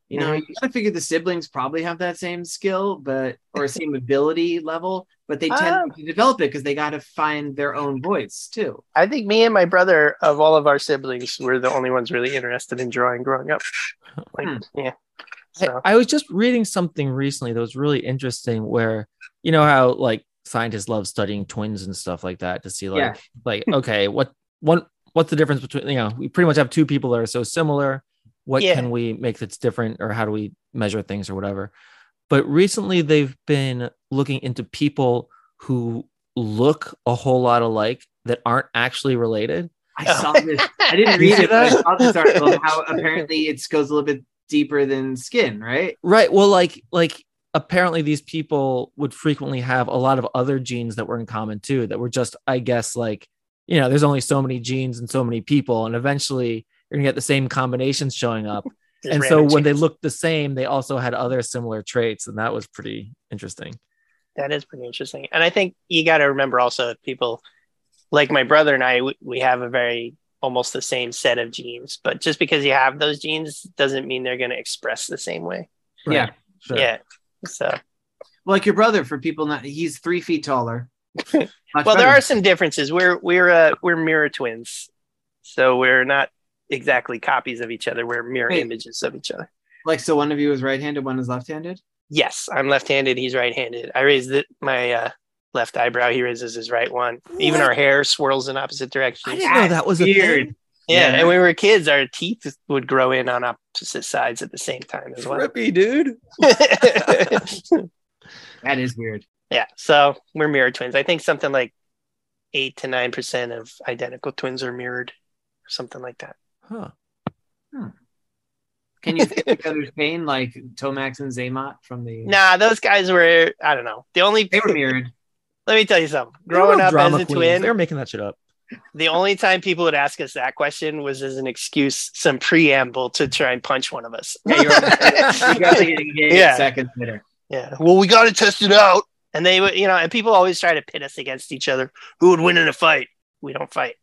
A: you know, you gotta figure the siblings probably have that same skill, but or same ability level, but they tend
C: Um.
A: to develop it because they gotta find their own voice too.
C: I think me and my brother, of all of our siblings, were the only ones really interested in drawing growing up. Like,
A: Hmm.
C: yeah.
E: I-
C: So.
E: I, was just reading something recently that was really interesting where you know how like scientists love studying twins and stuff like that to see like
A: Yeah.
C: (laughs)
E: like okay what one what's the difference between you know we pretty much have two people that are so similar what
C: Yeah.
E: can we make that's different or how do we measure things or whatever but recently they've been looking into people who look a whole lot alike that aren't actually related
A: I saw this. I
E: (laughs)
A: didn't read it, but I saw this article of how apparently it goes a little bit deeper than skin, right?
E: Right. Well, like like apparently these people would frequently have a lot of other genes that were in common too, that were just, I guess, like, you know, there's only so many genes and so many people, and eventually you're gonna get the same combinations showing up.
C: Just
E: and so
C: random
E: when they
C: chance.
E: looked the same, they also had other similar traits, and that was pretty interesting.
C: That is pretty interesting. And I think you got to remember also people like my brother and I, we, we have a very almost the same set of genes, but just because you have those genes doesn't mean they're going to express the same way.
A: Yeah.
E: Right. Sure.
C: Yeah. So,
A: Like your brother, for people not he's three feet
E: (laughs)
A: taller. Much
C: well, there
A: better.
C: are some differences. We're, we're, uh, we're mirror twins. So we're not exactly copies of each other. We're mirror
A: Wait.
C: images of each other.
A: Like, so one of you is right handed, one is left handed.
C: Yes. I'm left-handed. He's right-handed. I raised it, my, uh, left eyebrow. He raises his right one. Even
E: What?
C: our hair swirls in opposite
E: I
C: directions.
E: didn't know that was a
C: weird.
E: thing.
C: Yeah,
A: Yeah.
C: and when we were kids, our teeth would grow in on opposite sides at the same time as well.
E: Trippy, dude.
A: That is weird.
C: (laughs) yeah, so we're mirror twins. I think something like eight to nine percent of identical twins are mirrored, or something like that.
E: Huh.
A: Can you feel each other's pain like Tomax and Zaymot from the?
E: Hmm.
C: Nah, those guys were I don't know. The only
A: They were mirrored.
C: Let me tell you something.
E: They're real
C: Growing up as
E: drama
C: a
E: queens.
C: twin,
E: They're making that shit up.
C: the only time people would ask us that question was as an excuse, some preamble to try and punch one of us.
E: (laughs)
A: Yeah, you're
C: (laughs)
A: right. you guys are getting hit
C: Yeah.
A: seconds later.
C: Yeah. Well, we got to test it out. And they would, you know, and people always try to pit us against each other. Who would win in a fight? We don't fight.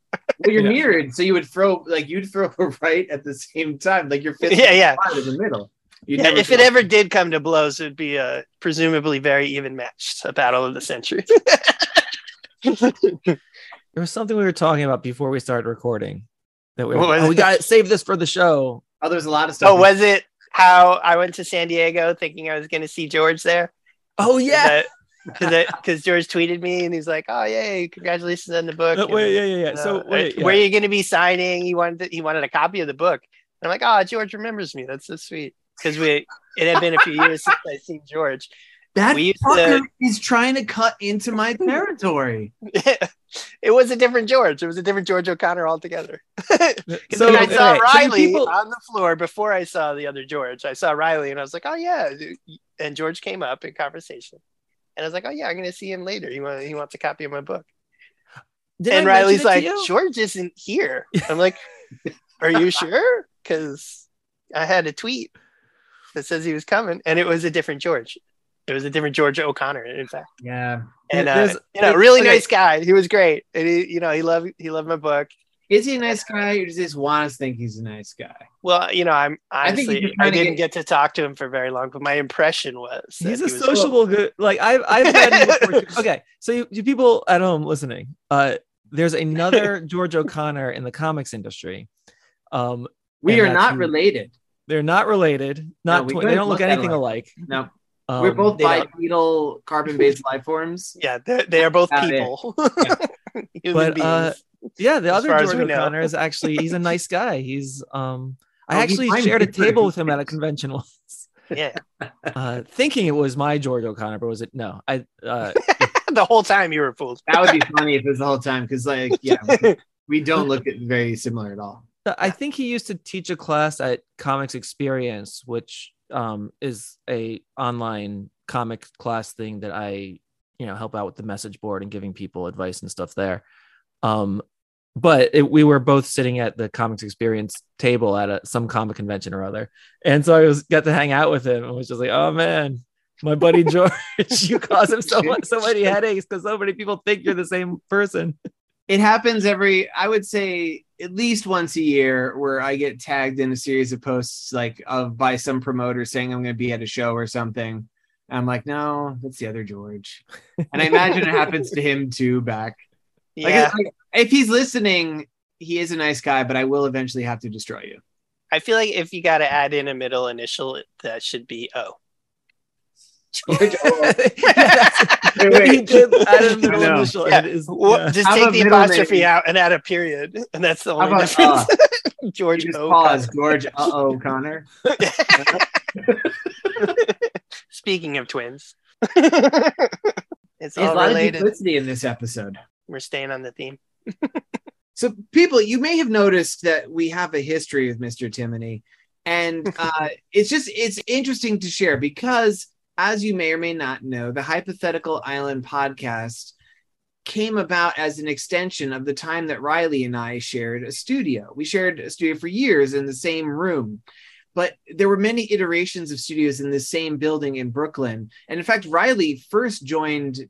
A: Well, you're
B: Yeah.
A: mirrored, so you would throw like you'd throw a right at the same time, like your fist
C: Yeah, yeah.
A: would fly to the middle. You'd
C: Yeah,
A: never
C: if it
A: throw-
C: ever did come to blows, it would be a presumably very even match, a battle of the century.
E: There was something we were talking about before we started recording that we were,
C: What was
E: oh, we
C: it?
E: got to save this for the show.
A: oh, there's a lot of stuff.
C: so was it how I went to San Diego thinking I was going to see George there?
E: Oh yeah.
C: Because George tweeted me and he's like, "Oh yay, congratulations on the book."
E: No, wait, yeah, yeah, yeah.
C: And,
E: so
C: uh,
E: wait,
C: where
E: yeah.
C: are you going to be signing? He wanted he wanted a copy of the book. And I'm like, "Oh, George remembers me. That's so sweet." Because we it had been a few years since I seen
E: (laughs)
C: George.
A: that
C: we used to-
A: fucker is trying to cut into (laughs) my territory.
C: (laughs) it was a different George. It was a different George O'Connor altogether. Because
E: So,
C: when I saw
E: alright, so you
C: Riley uh,
E: people-
C: on the floor before I saw the other George, I saw Riley and I was like, oh yeah. And George came up in conversation. And I was like, oh yeah, I'm going to see him later. He, wa- he wants a copy of my book.
E: Did I
C: and
E: mention it
C: Riley's
E: to
C: like,
E: you?
C: George isn't here. I'm
E: (laughs)
C: like, are you sure? Because I had a tweet that says he was coming and it was a different George. It was a different George O'Connor, in fact
A: Yeah,
C: and uh,
E: There's-
C: you know, really
E: okay.
C: nice guy. He was great, and he, you know, he loved he loved my book.
A: is he a nice guy, or does this want us think he's a nice guy?
C: Well, you know, I'm
A: I think he's
C: honestly
A: just
C: I,
A: trying to
C: didn't get... to talk to him for very long, but my impression was that
E: He's
C: he
E: a
C: was
E: sociable good. Like I've I've had
C: (laughs)
E: okay. So you, you people at home listening, uh,
C: (laughs)
E: there's another George O'Connor in the comics industry. Um,
A: We
E: And
A: are
E: that's
A: not
E: who-
A: related.
E: they're not related. Not
A: we
E: twi-
A: couldn't
E: they don't
A: look
E: look
A: that
E: anything alike.
A: No,
E: Um,
A: we're both
E: they don't-
A: bipedal carbon-based life forms.
C: Yeah, they're, they are both
A: About it.
C: people. (laughs) Human
E: But,
C: beings. (laughs)
E: uh, Yeah, the
C: as
E: other
C: far as
E: George
C: we know.
E: O'Connor is actually he's a nice guy. He's um, I
A: Oh, he's
E: actually
A: fine
E: shared a
A: different.
E: table with him at a convention (laughs) once,
C: yeah,
E: uh, thinking it was my George O'Connor, but was it no? I uh,
C: the whole time you were fooled. (laughs)
A: That would be funny if it was the whole time, because like, yeah, we- (laughs) we don't look at very similar at all.
E: I think he used to teach a class at Comics Experience, which um, is a online comic class thing that I, you know, help out with the message board and giving people advice and stuff there. Um, but it, we were both sitting at the Comics Experience table at a, some comic convention or other, and so I was got to hang out with him and was just like, oh man. My
A: (laughs)
E: buddy George, you cause him so much, so many headaches because so many people think you're the same person.
A: it happens every i would say at least once a year where i get tagged in a series of posts like of by some promoter saying i'm going to be at a show or something and i'm like no that's the other george and i imagine it happens to him too back Like,
C: Yeah,
A: like, if he's listening he is a nice guy but i will eventually have to destroy you
C: I feel like if you got to add in a middle initial, that should be O.
A: George,
E: (laughs)
A: oh,
E: Yeah, that's-
A: wait,
E: Yeah, he
A: wait.
E: did add a (laughs) middle
A: I know.
E: initial.
C: Yeah.
E: And it is,
C: Wha-
E: yeah.
C: Just
A: How
C: take
A: about
C: the
A: middle
C: apostrophe
A: name?
C: out and add a period, and that's
A: (laughs)
C: the
A: how
C: only
A: about
C: difference. (laughs)
A: uh, you
C: George
A: just
C: O'Connor.
A: pause
C: (laughs)
A: george uh-oh connor
C: Speaking of twins, (laughs) it's
A: there's a
C: all
A: lot
C: related.
A: of duplicity in this episode
C: We're staying on the theme.
A: So, people, you may have noticed that we have a history with Mr. Timony, and uh, it's just it's interesting to share because, as you may or may not know, the Hypothetical Island podcast came about as an extension of the time that Riley and I shared a studio. We shared a studio for years in the same room. But there were many iterations of studios in the same building in Brooklyn. And in fact, Riley first joined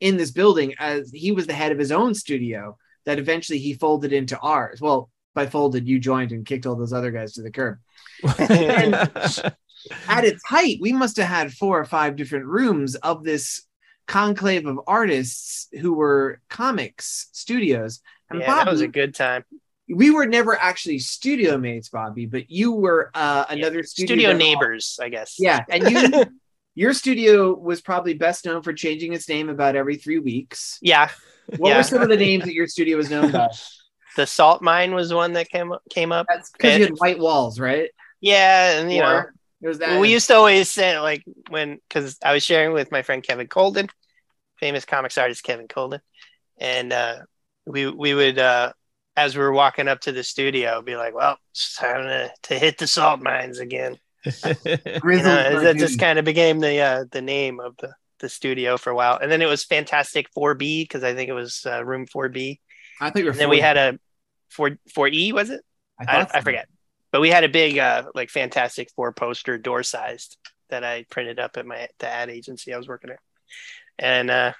A: in this building as he was the head of his own studio that eventually he folded into ours. Well, by folded, you joined and kicked all those other guys to the curb.
E: (laughs)
A: At its height, we must have had four or five different rooms of this conclave of artists who were comics studios. And
C: yeah,
A: Bob,
C: that was a good time.
A: we were never actually studio mates, Bobby, but you were uh, another studio,
C: Studio
A: that-
C: neighbors, I guess.
A: Yeah, and you,
C: (laughs)
A: your studio was probably best known for changing its name about every three weeks.
C: Yeah,
A: What
C: Yeah.
A: were some of the names that your studio was known
C: (laughs)
A: by?
C: the salt mine was one that came came up.
A: That's because you had
C: And-
A: white walls, right?
C: Yeah, and you know,
A: Or- it was that.
C: Well, we used to always say like when because I was sharing with my friend Kevin Colden, famous comics artist Kevin Colden, and uh, we we would uh, as we were walking up to the studio be like, "Well, it's time to, to hit the salt mines again." You know, that just kind of became the uh, the name of the the studio for a while, and then it was Fantastic 4B because I think it was uh, Room 4B.
A: I thought you were.
C: And then we
A: four-
C: had a 4 4E was it? I,
A: thought
C: I
A: so.
C: forget. But we had a big uh, like Fantastic Four poster door sized that I printed up at my the ad agency I was working at, and uh,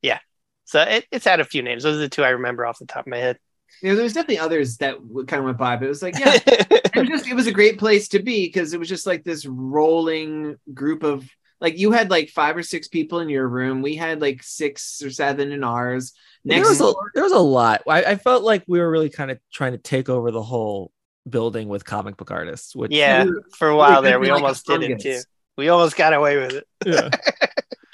C: yeah, so it, it's had a few names. Those are the two I remember off the top of my head.
A: You know, there was definitely others that kind of went by, (laughs) but it was like,
C: (laughs)
A: yeah, it was just it was a great place to be because it was just like this rolling group of like you had like five or six people in your room. We had like six or seven in ours.
E: there
A: Next
E: was a there was a lot. I, I felt like we were really kind of trying to take over the whole building with comic book artists. Which
C: yeah, for a while there, we almost did it too. We almost got away with it.
E: (laughs) yeah.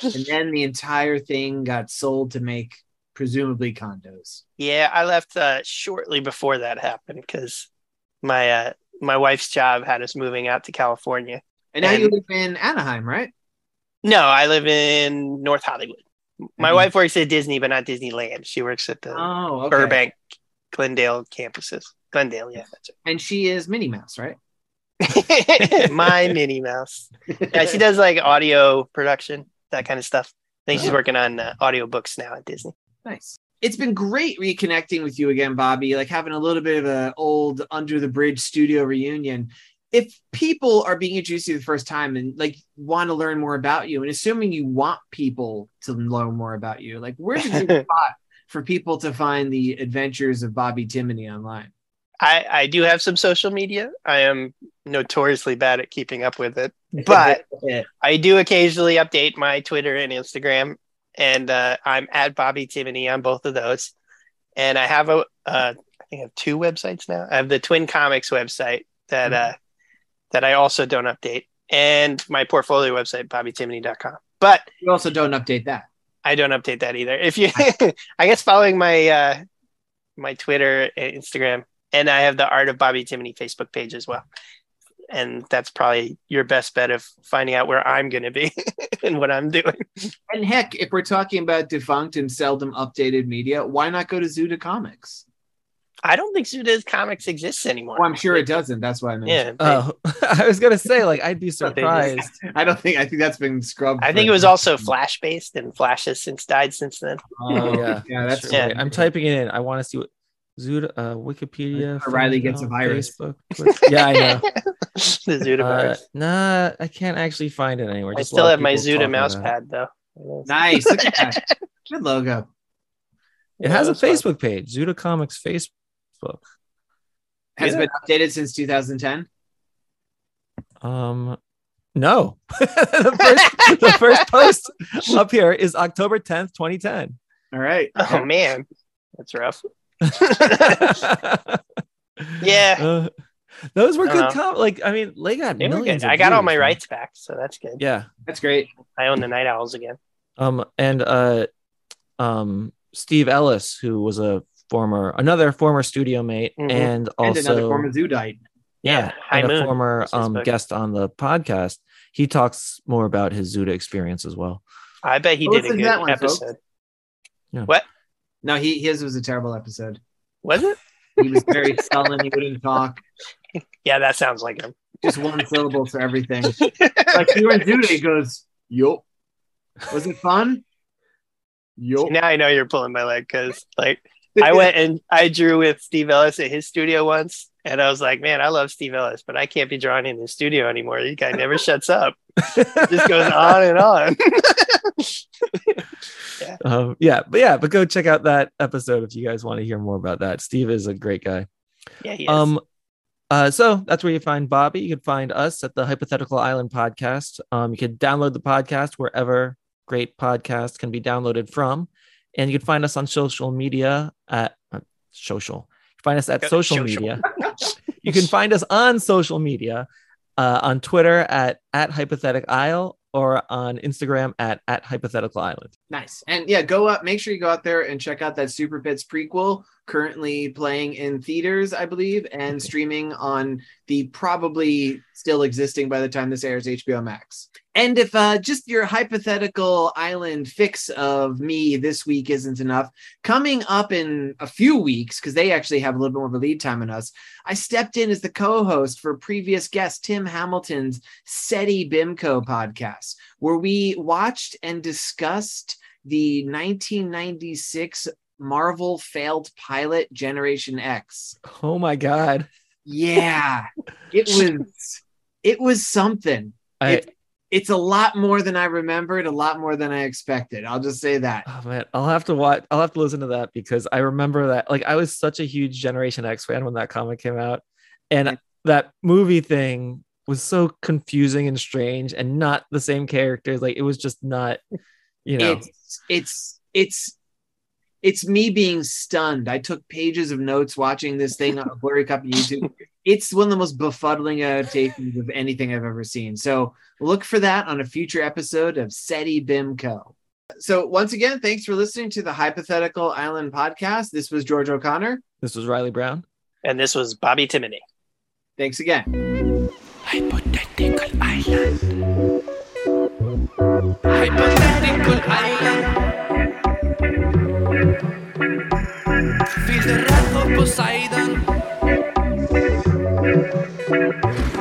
A: And then the entire thing got sold to make presumably condos.
C: Yeah, I left uh, shortly before that happened because my uh, my wife's job had us moving out to California.
A: And now you
C: And-
A: live in Anaheim, right?
C: No, I live in North Hollywood. My
A: Mhm.
C: wife works at Disney, but not Disneyland. She works at the
A: Oh, okay.
C: Burbank, Glendale campuses. Glendale, yeah, that's
A: And she is Minnie Mouse, right?
C: it. (laughs) My Minnie Mouse. Yeah, she does like audio production, that kind of stuff. I think she's
E: Oh.
C: working on uh, audiobooks now at Disney.
A: Nice. It's been great reconnecting with you again, Bobby, like having a little bit of a old under the bridge studio reunion. If people are being introduced to you the first time and like want to learn more about you, and assuming you want people to learn more about you, like where's a good spot for people to find the adventures of Bobby Timoney online?
C: I, I do have some social media. I am notoriously bad at keeping up with it, but I do occasionally update my Twitter and Instagram, and uh, I'm at Bobby Timoney on both of those. And I have a, uh, I think I have two websites now. I have the Twin Comics website that uh, that I also don't update, and my portfolio website BobbyTimoney.com. But
A: you also don't update that.
C: I don't update that either.
A: (laughs)
C: If you, (laughs) I guess following my uh, my Twitter and Instagram, and I have the Art of Bobby Timoney Facebook page as well, and that's probably your best bet of finding out where I'm going to be (laughs) and what I'm doing.
A: And heck, if we're talking about defunct and seldom updated media, why not go to Zuda Comics?
C: I don't think Zuda's comics exists anymore.
A: Well, I'm sure it doesn't. That's why I mentioned.
C: Yeah,
E: Oh, (laughs) I was gonna say like I'd be
C: But they
E: surprised.
A: I don't think. I think that's been scrubbed.
C: I think
A: for-
C: it was also Flash based, and Flash has since died since then. (laughs)
A: Oh, (laughs) yeah,
E: Yeah,
A: that's
E: Sure,
C: yeah.
E: wait, I'm typing it in. I want to see what Zood uh, Wikipedia.
A: Or Riley
E: found
A: gets a
E: out,
A: virus.
E: Facebook, Twitter- (laughs) yeah, I know.
C: the (laughs) Zuda
E: (laughs) Uh,
C: virus.
E: nah, I can't actually find it anywhere.
C: I
E: Just a
C: still
E: lot
C: have
E: of
C: my
E: people
C: Zuda
E: talking
C: mouse
E: about it.
C: pad though.
A: nice. Look at
C: (laughs)
A: that. Good logo.
E: It has a
C: That was
E: Facebook page, Zuda Comics Facebook.
A: Has
C: Yeah.
A: been updated since 2010.
E: Um, no, (laughs) the, first, the first post
C: (laughs)
E: up here is October 10th, 2010.
A: All right.
C: fun. Oh man, that's rough. (laughs) Yeah.
E: (laughs) Uh, those were
C: Uh-huh.
E: good. Com- like, I mean, they got
C: They were
E: millions.
C: good.
E: of
C: I got all
E: views,
C: my
E: man.
C: rights back, so that's good.
E: Yeah.
A: That's great.
C: I own the Night Owls again.
E: Um, and uh, um, Steve Ellis, who was a former, another former studio mate,
C: Mhm.
E: and
A: And another
E: also
A: form of Zoodite.
E: yeah,
C: High
E: and a
C: Moon.
E: former
C: was his
E: um
C: book.
E: guest on the podcast. He talks more about his Zuda experience as well.
C: I bet he
A: Well,
C: did a
A: listen to
C: good
A: that one, folks.
C: episode.
A: No, he his was a terrible episode.
C: Was it?
A: He was very
C: (laughs)
A: sullen. He wouldn't talk.
C: Yeah, that sounds like him.
A: Just one syllable for
C: (laughs)
A: everything. Like you were in Zuda, he goes, "Yup." Was it fun? Yup.
C: now I know you're pulling my leg because
A: (laughs)
C: like I went and I drew with Steve Ellis at his studio once, and I was like, man, I love Steve Ellis, but I can't be drawing in the studio anymore. You guy never shuts up. Just
E: (laughs)
C: goes on
A: (laughs)
C: and on.
E: um, yeah, but yeah, but go check out that episode if you guys want to hear more about that. Steve is a great guy.
C: Yeah, he is.
E: Um, uh, so that's where you find Bobby. You can find us at the Hypothetical Island podcast. Um, you can download the podcast wherever great podcasts can be downloaded from, and you can find us on social media at uh, social. Find us at
C: Go-
E: social
C: social.
E: media. you can find us on social media, uh, on Twitter at at hypothetic isle or on Instagram at at hypothetical island.
A: Nice. And yeah, go up, make sure you go out there and check out that Super Pets prequel. currently playing in theaters, I believe, and streaming on the probably still existing by the time this airs HBO Max. And if uh, just your hypothetical island fix of me this week isn't enough, coming up in a few weeks, because they actually have a little bit more of a lead time on us, I stepped in as the co host for previous guest Tim Hamilton's SETI BIMCO podcast, where we watched and discussed the 1996 Marvel failed pilot Generation X.
E: Oh my god.
A: Yeah, it was it was something.
E: I,
A: It- It's a lot more than I remembered, a lot more than I expected. I'll just say that.
E: oh man, I'll have to watch I'll have to listen to that because I remember that like I was such a huge Generation X fan when that comic came out and that movie thing was so confusing and strange and not the same characters like it was just not you know
A: It's it's it's it's me being stunned. I took pages of notes watching this thing on a blurry copy of
E: (laughs)
A: YouTube. It's one of the most befuddling adaptations of anything I've ever seen. So look for that on a future episode of SETI BIMCO. So once again, thanks for listening to the Hypothetical Island podcast. This was George O'Connor.
E: this was Riley Brown
C: And this was Bobby Timoney.
A: Thanks again.
D: Hypothetical island. Hypothetical island. Feel the wrath of Poseidon.